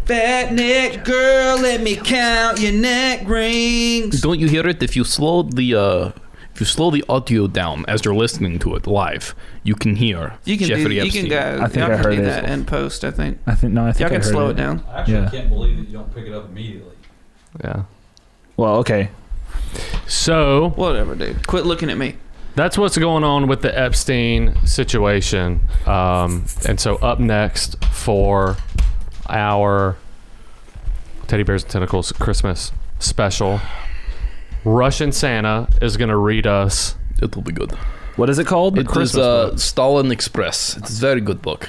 S4: Fat neck girl, let me count your neck rings.
S5: Don't you hear it? If you slow the uh, if you slow the audio down as you're listening to it live, you can hear
S4: You can
S5: Jeffrey
S4: do. You
S5: Epstein.
S4: can go.
S2: I think
S4: y'all
S2: I
S4: can
S2: heard
S4: do
S2: it.
S4: that in post. I think.
S2: I think no, I think
S4: y'all
S2: I
S4: can
S2: heard
S4: slow
S2: it.
S4: it down.
S3: I actually
S2: Yeah.
S3: can't believe that you don't pick it up immediately.
S1: Yeah.
S2: Well, okay.
S1: So
S4: Whatever, dude. Quit looking at me.
S1: that's what's going on with the Epstein situation. Um, and so up next for our Teddy Bears and Tentacles Christmas special, Russian Santa is going to read us.
S5: It'll be good.
S2: What is it called?
S5: It is
S1: Christmas
S5: uh,
S1: book.
S5: Stalin Express. It's a very good book.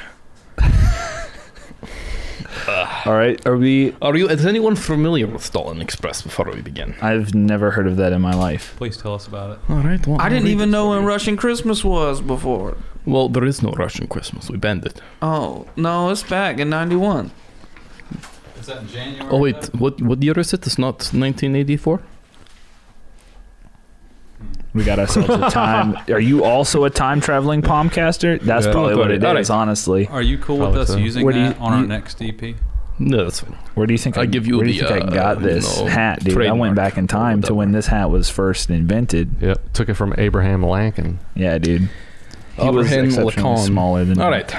S2: All right. Are we?
S5: Are you? Is anyone familiar with Stalin Express before we begin?
S2: I've never heard of that in my life.
S3: Please tell us about it.
S5: All right. well,
S4: I
S5: I'll
S4: didn't
S5: read
S4: even
S5: it
S4: know
S5: for
S4: when
S5: you.
S4: Russian Christmas was before.
S5: Well, there is no Russian Christmas. We banned it.
S4: Oh no, it's back in '91.
S3: Is that in January?
S5: Oh wait,
S3: though?
S5: what what year is it? It's not 1984.
S2: We got ourselves a time. Are you also a time traveling palmcaster? That's
S5: Yeah.
S2: probably what it
S5: All
S2: is. Honestly,
S3: Are you cool with
S1: Probably
S3: us
S1: so.
S3: using
S2: Where do
S3: that
S2: you-
S3: on our
S2: you-
S3: next E EP?
S5: No, that's fine.
S2: where do you think
S5: I give you
S2: where do you
S5: the,
S2: think I got
S5: uh,
S2: this
S5: you know,
S2: hat, dude? I went
S5: trademark
S2: back in
S5: or
S2: time to when
S5: whatever.
S2: this hat was first invented.
S1: Yep, took it from Abraham Lincoln.
S2: Yeah, dude. He was
S5: Abraham
S2: exceptionally
S5: Lincoln.
S2: smaller than.
S5: All right.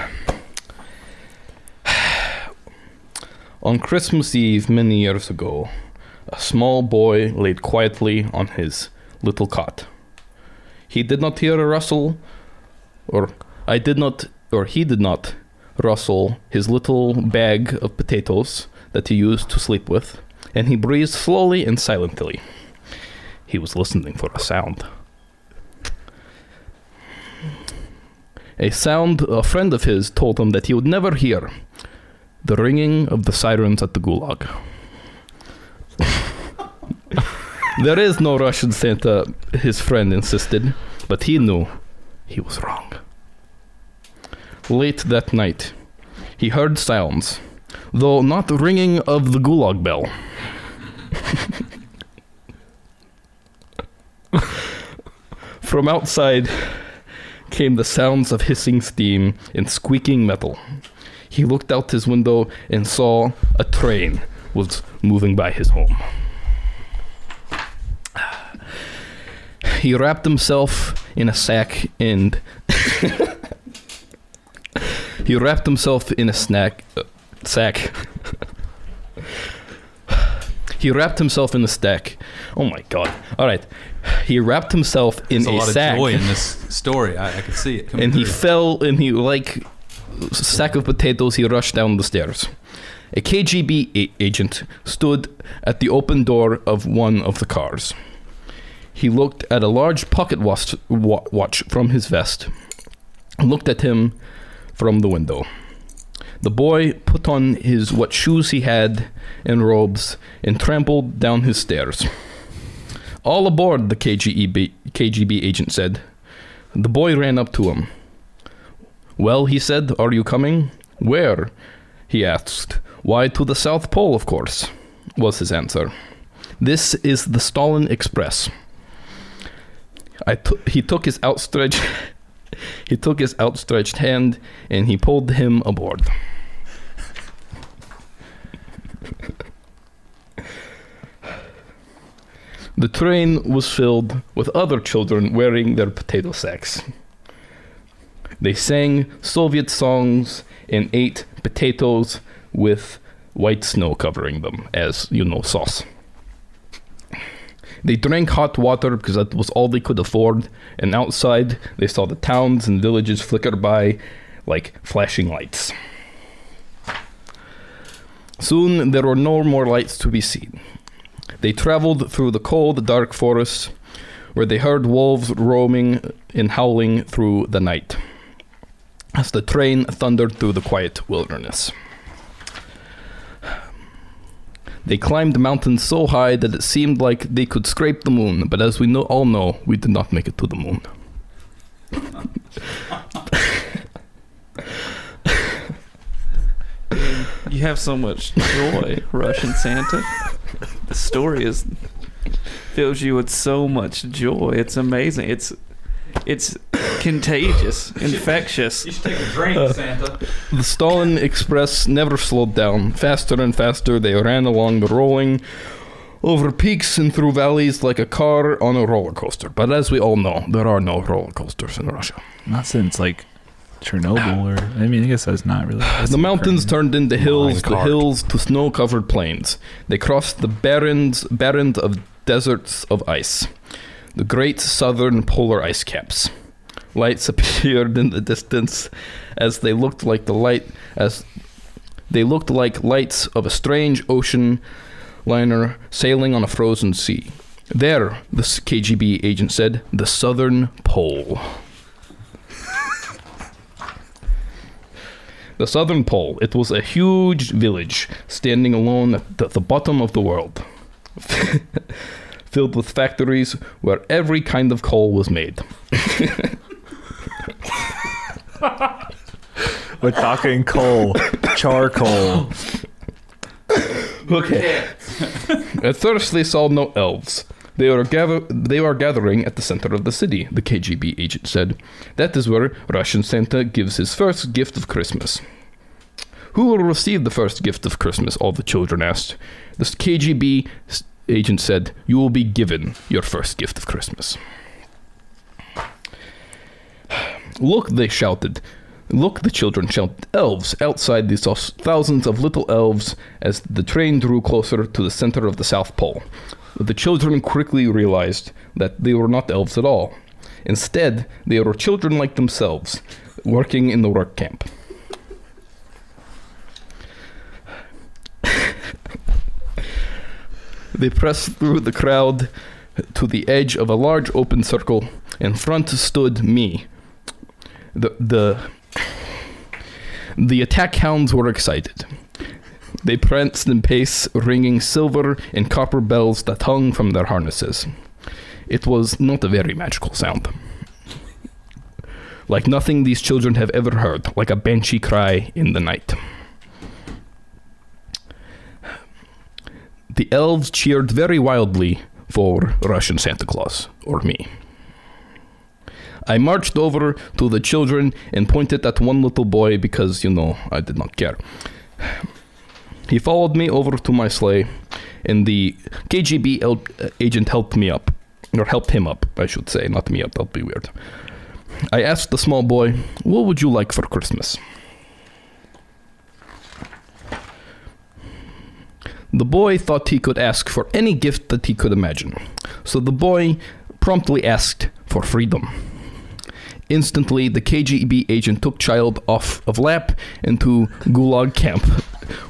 S5: On Christmas Eve, many years ago, a small boy laid quietly on his little cot. He did not hear a rustle, or I did not, or he did not rustle his little bag of potatoes that he used to sleep with, and he breathed slowly and silently. He was listening for a sound. A sound a friend of his told him that he would never hear the ringing of the sirens at the gulag. there is no Russian Santa, his friend insisted, but he knew he was wrong. Late that night, he heard sounds, though not the ringing of the gulag bell. From outside, came the sounds of hissing steam and squeaking metal. He looked out his window and saw a train was moving by his home. He wrapped himself in a sack and he wrapped himself in a snack uh, sack. he wrapped himself in a stack. Oh my god! All right, he wrapped himself in
S3: There's a, lot
S5: sack
S3: of joy in this story. I, I could see it coming.
S5: and he
S3: through.
S5: fell and he like sack of potatoes he rushed down the stairs a kgb a- agent stood at the open door of one of the cars he looked at a large pocket watch, wa- watch from his vest looked at him from the window. The boy put on his what shoes he had and robes and trampled down his stairs. All aboard, the E KGB, KGB agent said. The boy ran up to him. Well, he said, are you coming? Where? He asked. Why, to the South Pole, of course, was his answer. This is the Stalin Express. I took he took his outstretched he took his outstretched hand and he pulled him aboard. The train was filled with other children wearing their potato sacks. They sang Soviet songs and ate potatoes with white snow covering them as, you know, sauce. They drank hot water because that was all they could afford, and outside they saw the towns and villages flicker by like flashing lights. Soon there were no more lights to be seen. They traveled through the cold, dark forests where they heard wolves roaming and howling through the night as the train thundered through the quiet wilderness. They climbed mountains so high that it seemed like they could scrape the moon, but as we know, all know, we did not make it to the moon.
S4: You have so much joy, Russian Santa. The story is fills you with so much joy. It's amazing. It's it's contagious, infectious.
S3: You should take a drink, Santa.
S5: The Stalin Express never slowed down. Faster and faster they ran along the rolling, over peaks and through valleys like a car on a roller coaster. But as we all know, there are no roller coasters in Russia.
S2: Not since like Chernobyl or I mean I guess that's not really. that's
S5: The mountains
S2: Ukraine.
S5: turned into hills, the
S1: cart.
S5: hills to snow-covered plains. They crossed the barrens, barrens of deserts of ice, the great southern polar ice caps. Lights appeared in the distance, as they looked like the light as they looked like lights of a strange ocean liner sailing on a frozen sea. There, the s- KGB agent said, the southern pole. The Southern Pole. It was a huge village standing alone at the, the bottom of the world, filled with factories where every kind of coal was made.
S2: We're talking coal, charcoal.
S5: Okay. at first, they saw no elves. They are, gather- they are gathering at the center of the city, the KGB agent said. That is where Russian Santa gives his first gift of Christmas. Who will receive the first gift of Christmas? All the children asked. The KGB s- agent said, You will be given your first gift of Christmas. Look, they shouted. Look, the children shouted. Elves! Outside, they saw s- thousands of little elves as the train drew closer to the center of the South Pole. The children quickly realized that they were not elves at all. Instead, they were children like themselves, working in the work camp. They pressed through the crowd to the edge of a large open circle. In front stood me. The the the attack hounds were excited. They pranced in pace, ringing silver and copper bells that hung from their harnesses. It was not a very magical sound. Like nothing these children have ever heard, like a banshee cry in the night. The elves cheered very wildly for Russian Santa Claus, or me. I marched over to the children and pointed at one little boy because, you know, I did not care. He followed me over to my sleigh, and the KGB el- uh, agent helped me up. Or helped him up, I should say, not me up, that'd be weird. I asked the small boy, What would you like for Christmas? The boy thought he could ask for any gift that he could imagine, so the boy promptly asked for freedom. Instantly, the KGB agent took child off of lap into Gulag camp,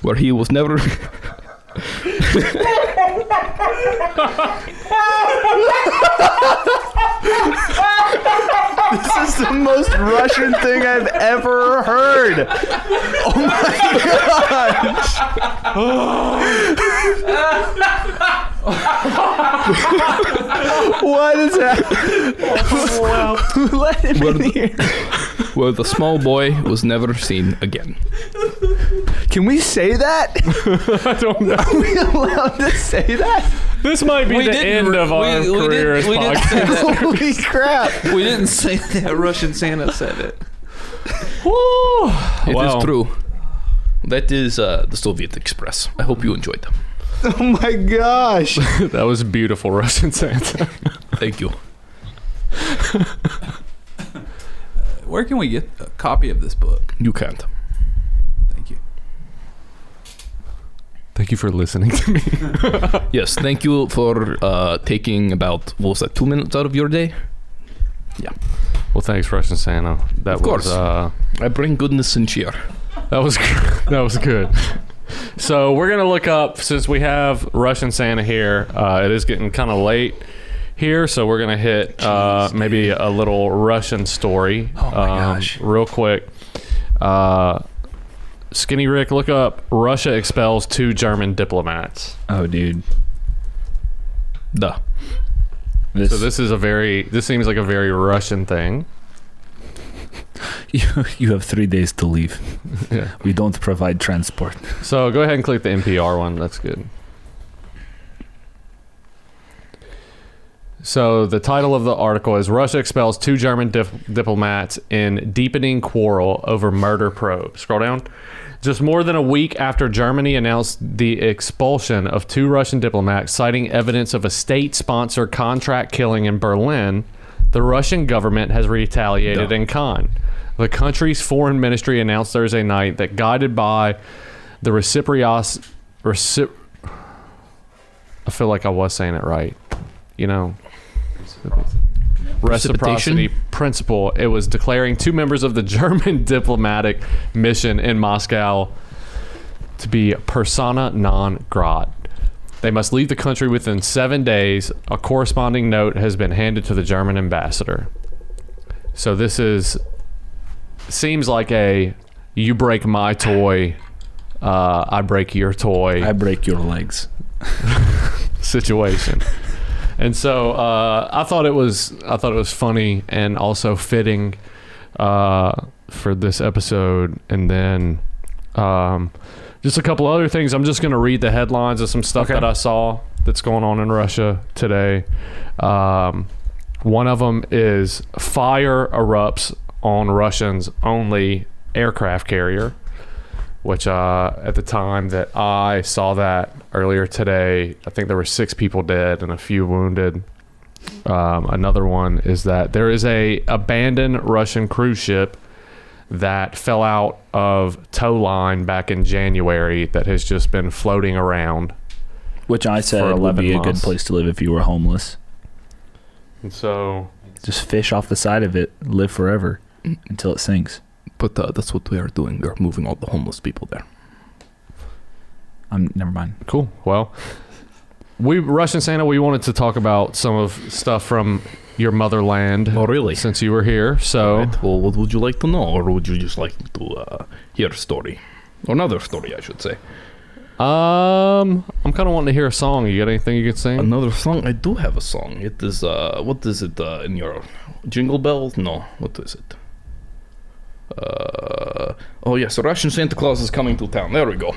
S5: where he was never. this is the most
S2: most Russian thing I've ever heard. Oh my god! what is that? Let him in here.
S5: Where the small boy was never seen again.
S2: Can we say that?
S1: I don't know.
S2: Are we allowed to say that?
S1: This might be
S4: We
S1: the
S4: didn't
S1: end of
S4: re-
S1: our
S4: we- we didn't-
S1: career as
S4: we didn't say
S1: podcast.
S2: Holy crap!
S4: We didn't say that. Russian Santa said it.
S1: Woo!
S5: It is
S1: Wow.
S5: true. That is uh, the Soviet Express. I hope you enjoyed them.
S2: Oh my gosh!
S1: That was beautiful Russian Santa.
S5: Thank you.
S3: Where can we get a copy of this book?
S5: You can't.
S3: Thank you.
S1: Thank you for listening to me.
S5: Yes, thank you for uh, taking about what was that two minutes out of your day.
S1: Well, thanks Russian Santa. That
S5: Of course.
S1: was uh
S5: I bring goodness and cheer.
S1: that was that was good. So, we're going to look up since we have Russian Santa here. Uh, it is getting kind of late here, so we're going to hit uh, maybe a little Russian story um,
S5: Oh my gosh.
S1: real quick. Uh, Skinny Rick, look up Russia expels two German diplomats.
S2: Oh, dude,
S5: Duh.
S2: this,
S1: So this is a very this seems like a very Russian thing.
S2: you, you have three days to leave.
S1: Yeah.
S2: We don't provide transport.
S1: So go ahead and click the NPR one. That's good. So the title of the article is Russia expels two German dif- diplomats in deepening quarrel over murder probe. Scroll down. Just more than a week after Germany announced the expulsion of two Russian diplomats, citing evidence of a state sponsored contract killing in Berlin, the Russian government has retaliated in kind. The country's foreign ministry announced Thursday night that, guided by the reciprocity. Recip- I feel like I was saying it right. You know, reciprocity
S5: Precipitation?
S1: principle. It was declaring two members of the German diplomatic mission in Moscow to be persona non grata. They must leave the country within seven days. A corresponding note has been handed to the German ambassador. So this is seems like a you break my toy, uh, I break your toy
S2: I break your legs.
S1: situation. and so uh, I thought it was I thought it was funny and also fitting uh, for this episode. And then um, just a couple other things. I'm just going to read the headlines of some stuff that I saw that's going on in Russia today. Um, one of them is fire erupts on Russians only aircraft carrier which uh, at the time that I saw that earlier today, I think there were six people dead and a few wounded. Um, another one is that there is a abandoned Russian cruise ship that fell out of tow line back in January that has just been floating around.
S2: Which I said
S1: For
S2: would
S1: 11
S2: be a good
S1: months.
S2: place to live if you were homeless.
S1: And so
S2: Just fish off the side of it, live forever until it sinks.
S5: But uh, that's what we are doing. We are moving all the homeless people there.
S2: I'm never mind.
S1: cool. Well, we Russian Santa, we wanted to talk about some of stuff from your motherland
S5: Oh, really?
S1: since you were here. So
S5: Right. Well, what would you like to know, or would you just like to uh, hear a story, or another story, I should say?
S1: Um, I'm kind of wanting to hear a song. You got anything you could sing?
S5: Another song. I do have a song. It is uh, what is it uh, in your jingle bells? No, what is it? Uh, oh yes, Russian Santa Claus is coming to town. There we go.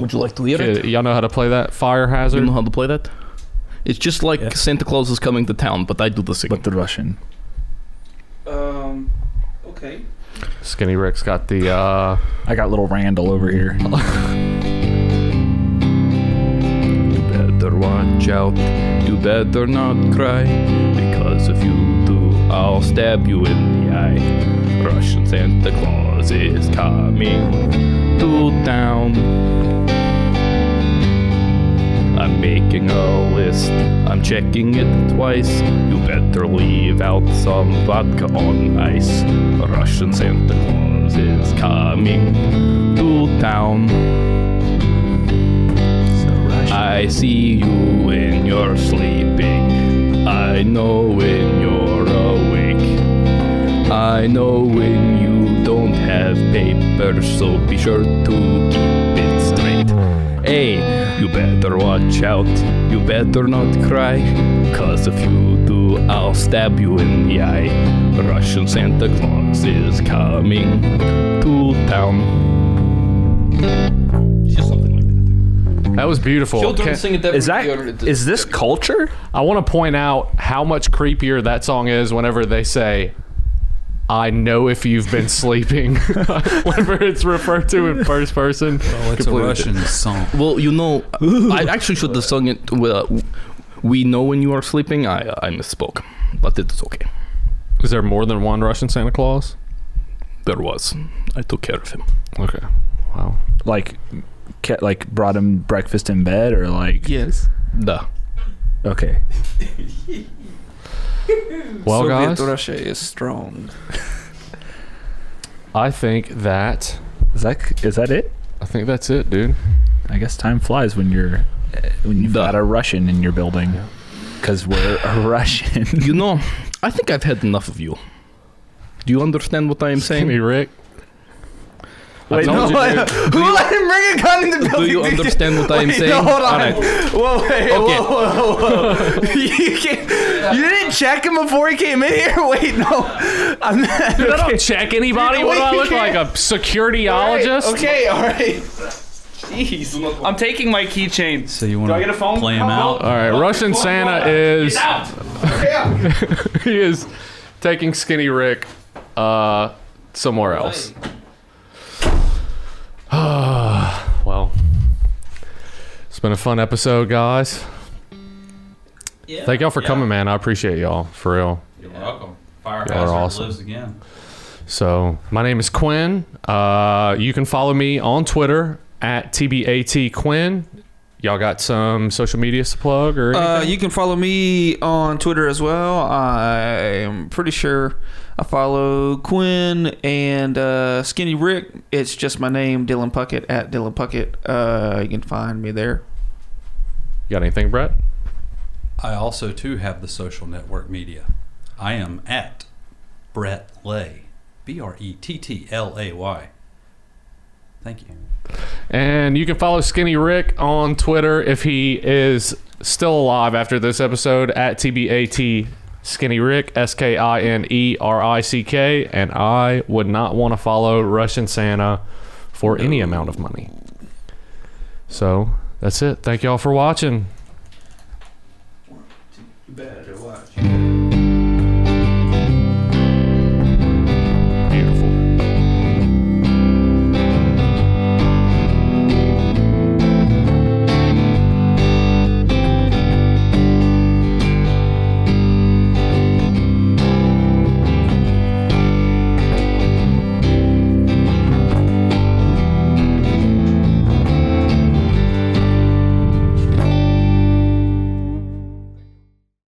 S5: Would you like to hear
S1: Okay,
S5: it?
S1: y'all know how to play that fire
S5: Do
S1: hazard?
S5: you know how to play that? It's just like
S3: Yeah.
S5: Santa Claus is coming to town, but I do the
S2: But
S5: singing.
S2: the Russian.
S4: Um. Okay.
S1: Skinny Rick's got the uh,
S2: I got little Randall over here.
S5: You better watch out. You better not cry, because if you do, I'll stab you in the eye. Russian Santa Claus is coming to town. I'm making a list. I'm checking it twice. You better leave out some vodka on ice. Russian Santa Claus is coming to town. I see you when you're sleeping. I know when you're awake. I I know when you don't have paper, so be sure to keep it straight. Hey, you better watch out. You better not cry. Cause if you do, I'll stab you in the eye. Russian Santa Claus is coming to town. Just something like that.
S1: That was beautiful.
S5: Children
S1: Can-
S5: sing at that
S2: Is that is this culture?
S1: I want to point out how much creepier that song is whenever they say, I know if you've been sleeping. whenever it's referred to in first person.
S3: Oh, it's a
S1: Completely
S3: Russian song.
S5: Well, you know, I actually should have sung it. Well, uh, we know when you are sleeping. I I misspoke, but it's okay.
S1: Is there more than one Russian Santa Claus?
S5: There was. I took care of him.
S1: Okay. Wow.
S2: Like, ca- like brought him breakfast in bed or like?
S4: Yes.
S5: Duh.
S2: Okay.
S1: Well,
S4: Soviet
S1: guys,
S4: Russia is strong.
S1: I think that
S2: Is that is that it?
S1: I think that's it, dude.
S2: I guess time flies when you're eh, when you've
S5: Duh.
S2: got a Russian in your building. Because we're a Russian.
S5: You know, I think I've had enough of you. Do you understand what I am
S1: Give me
S5: saying?
S1: Rick. I
S2: Wait,
S1: told
S2: no,
S1: you, dude.
S2: who let him bring a gun in the
S5: Do
S2: building?
S5: you
S2: Did
S5: understand what I am
S2: Wait,
S5: saying?
S2: No, hold on.
S5: All right.
S2: Whoa, wait,
S5: Okay.
S2: whoa, whoa, whoa, whoa. you, can't, you didn't check him before he came in here? Wait, no. I'm not.
S1: Dude, I don't check anybody. What do I look like? A securityologist?
S4: Okay, all right. Jeez. I'm taking my keychain.
S3: So you want
S4: I get a phone
S3: to play him
S4: call?
S3: out?
S1: All right, Russian Santa is he is taking Skinny Rick uh, somewhere else. well, it's been a fun episode, guys.
S3: Yeah.
S1: Thank y'all for coming, man. I appreciate y'all for real.
S3: You're welcome. Fire
S1: Y'all are
S3: hazard
S1: awesome.
S3: lives again.
S1: So, my name is Quinn. Uh, you can follow me on Twitter at tbat Quinn. Y'all got some social media to plug or anything?
S4: Uh, you can follow me on Twitter as well. I'm pretty sure I follow Quinn and uh, Skinny Rick. It's just my name, Dylan Puckett at Dylan Puckett. Uh, you can find me there.
S1: you got anything, Brett?
S3: I also too have the social network media. I am at Brett Lay, B R E T T L A Y. Thank you.
S1: And you can follow Skinny Rick on Twitter if he is still alive after this episode at TBAT Skinny Rick, S K I N E R I C K. And I would not want to follow Russian Santa for any amount of money. So that's it. Thank y'all for watching.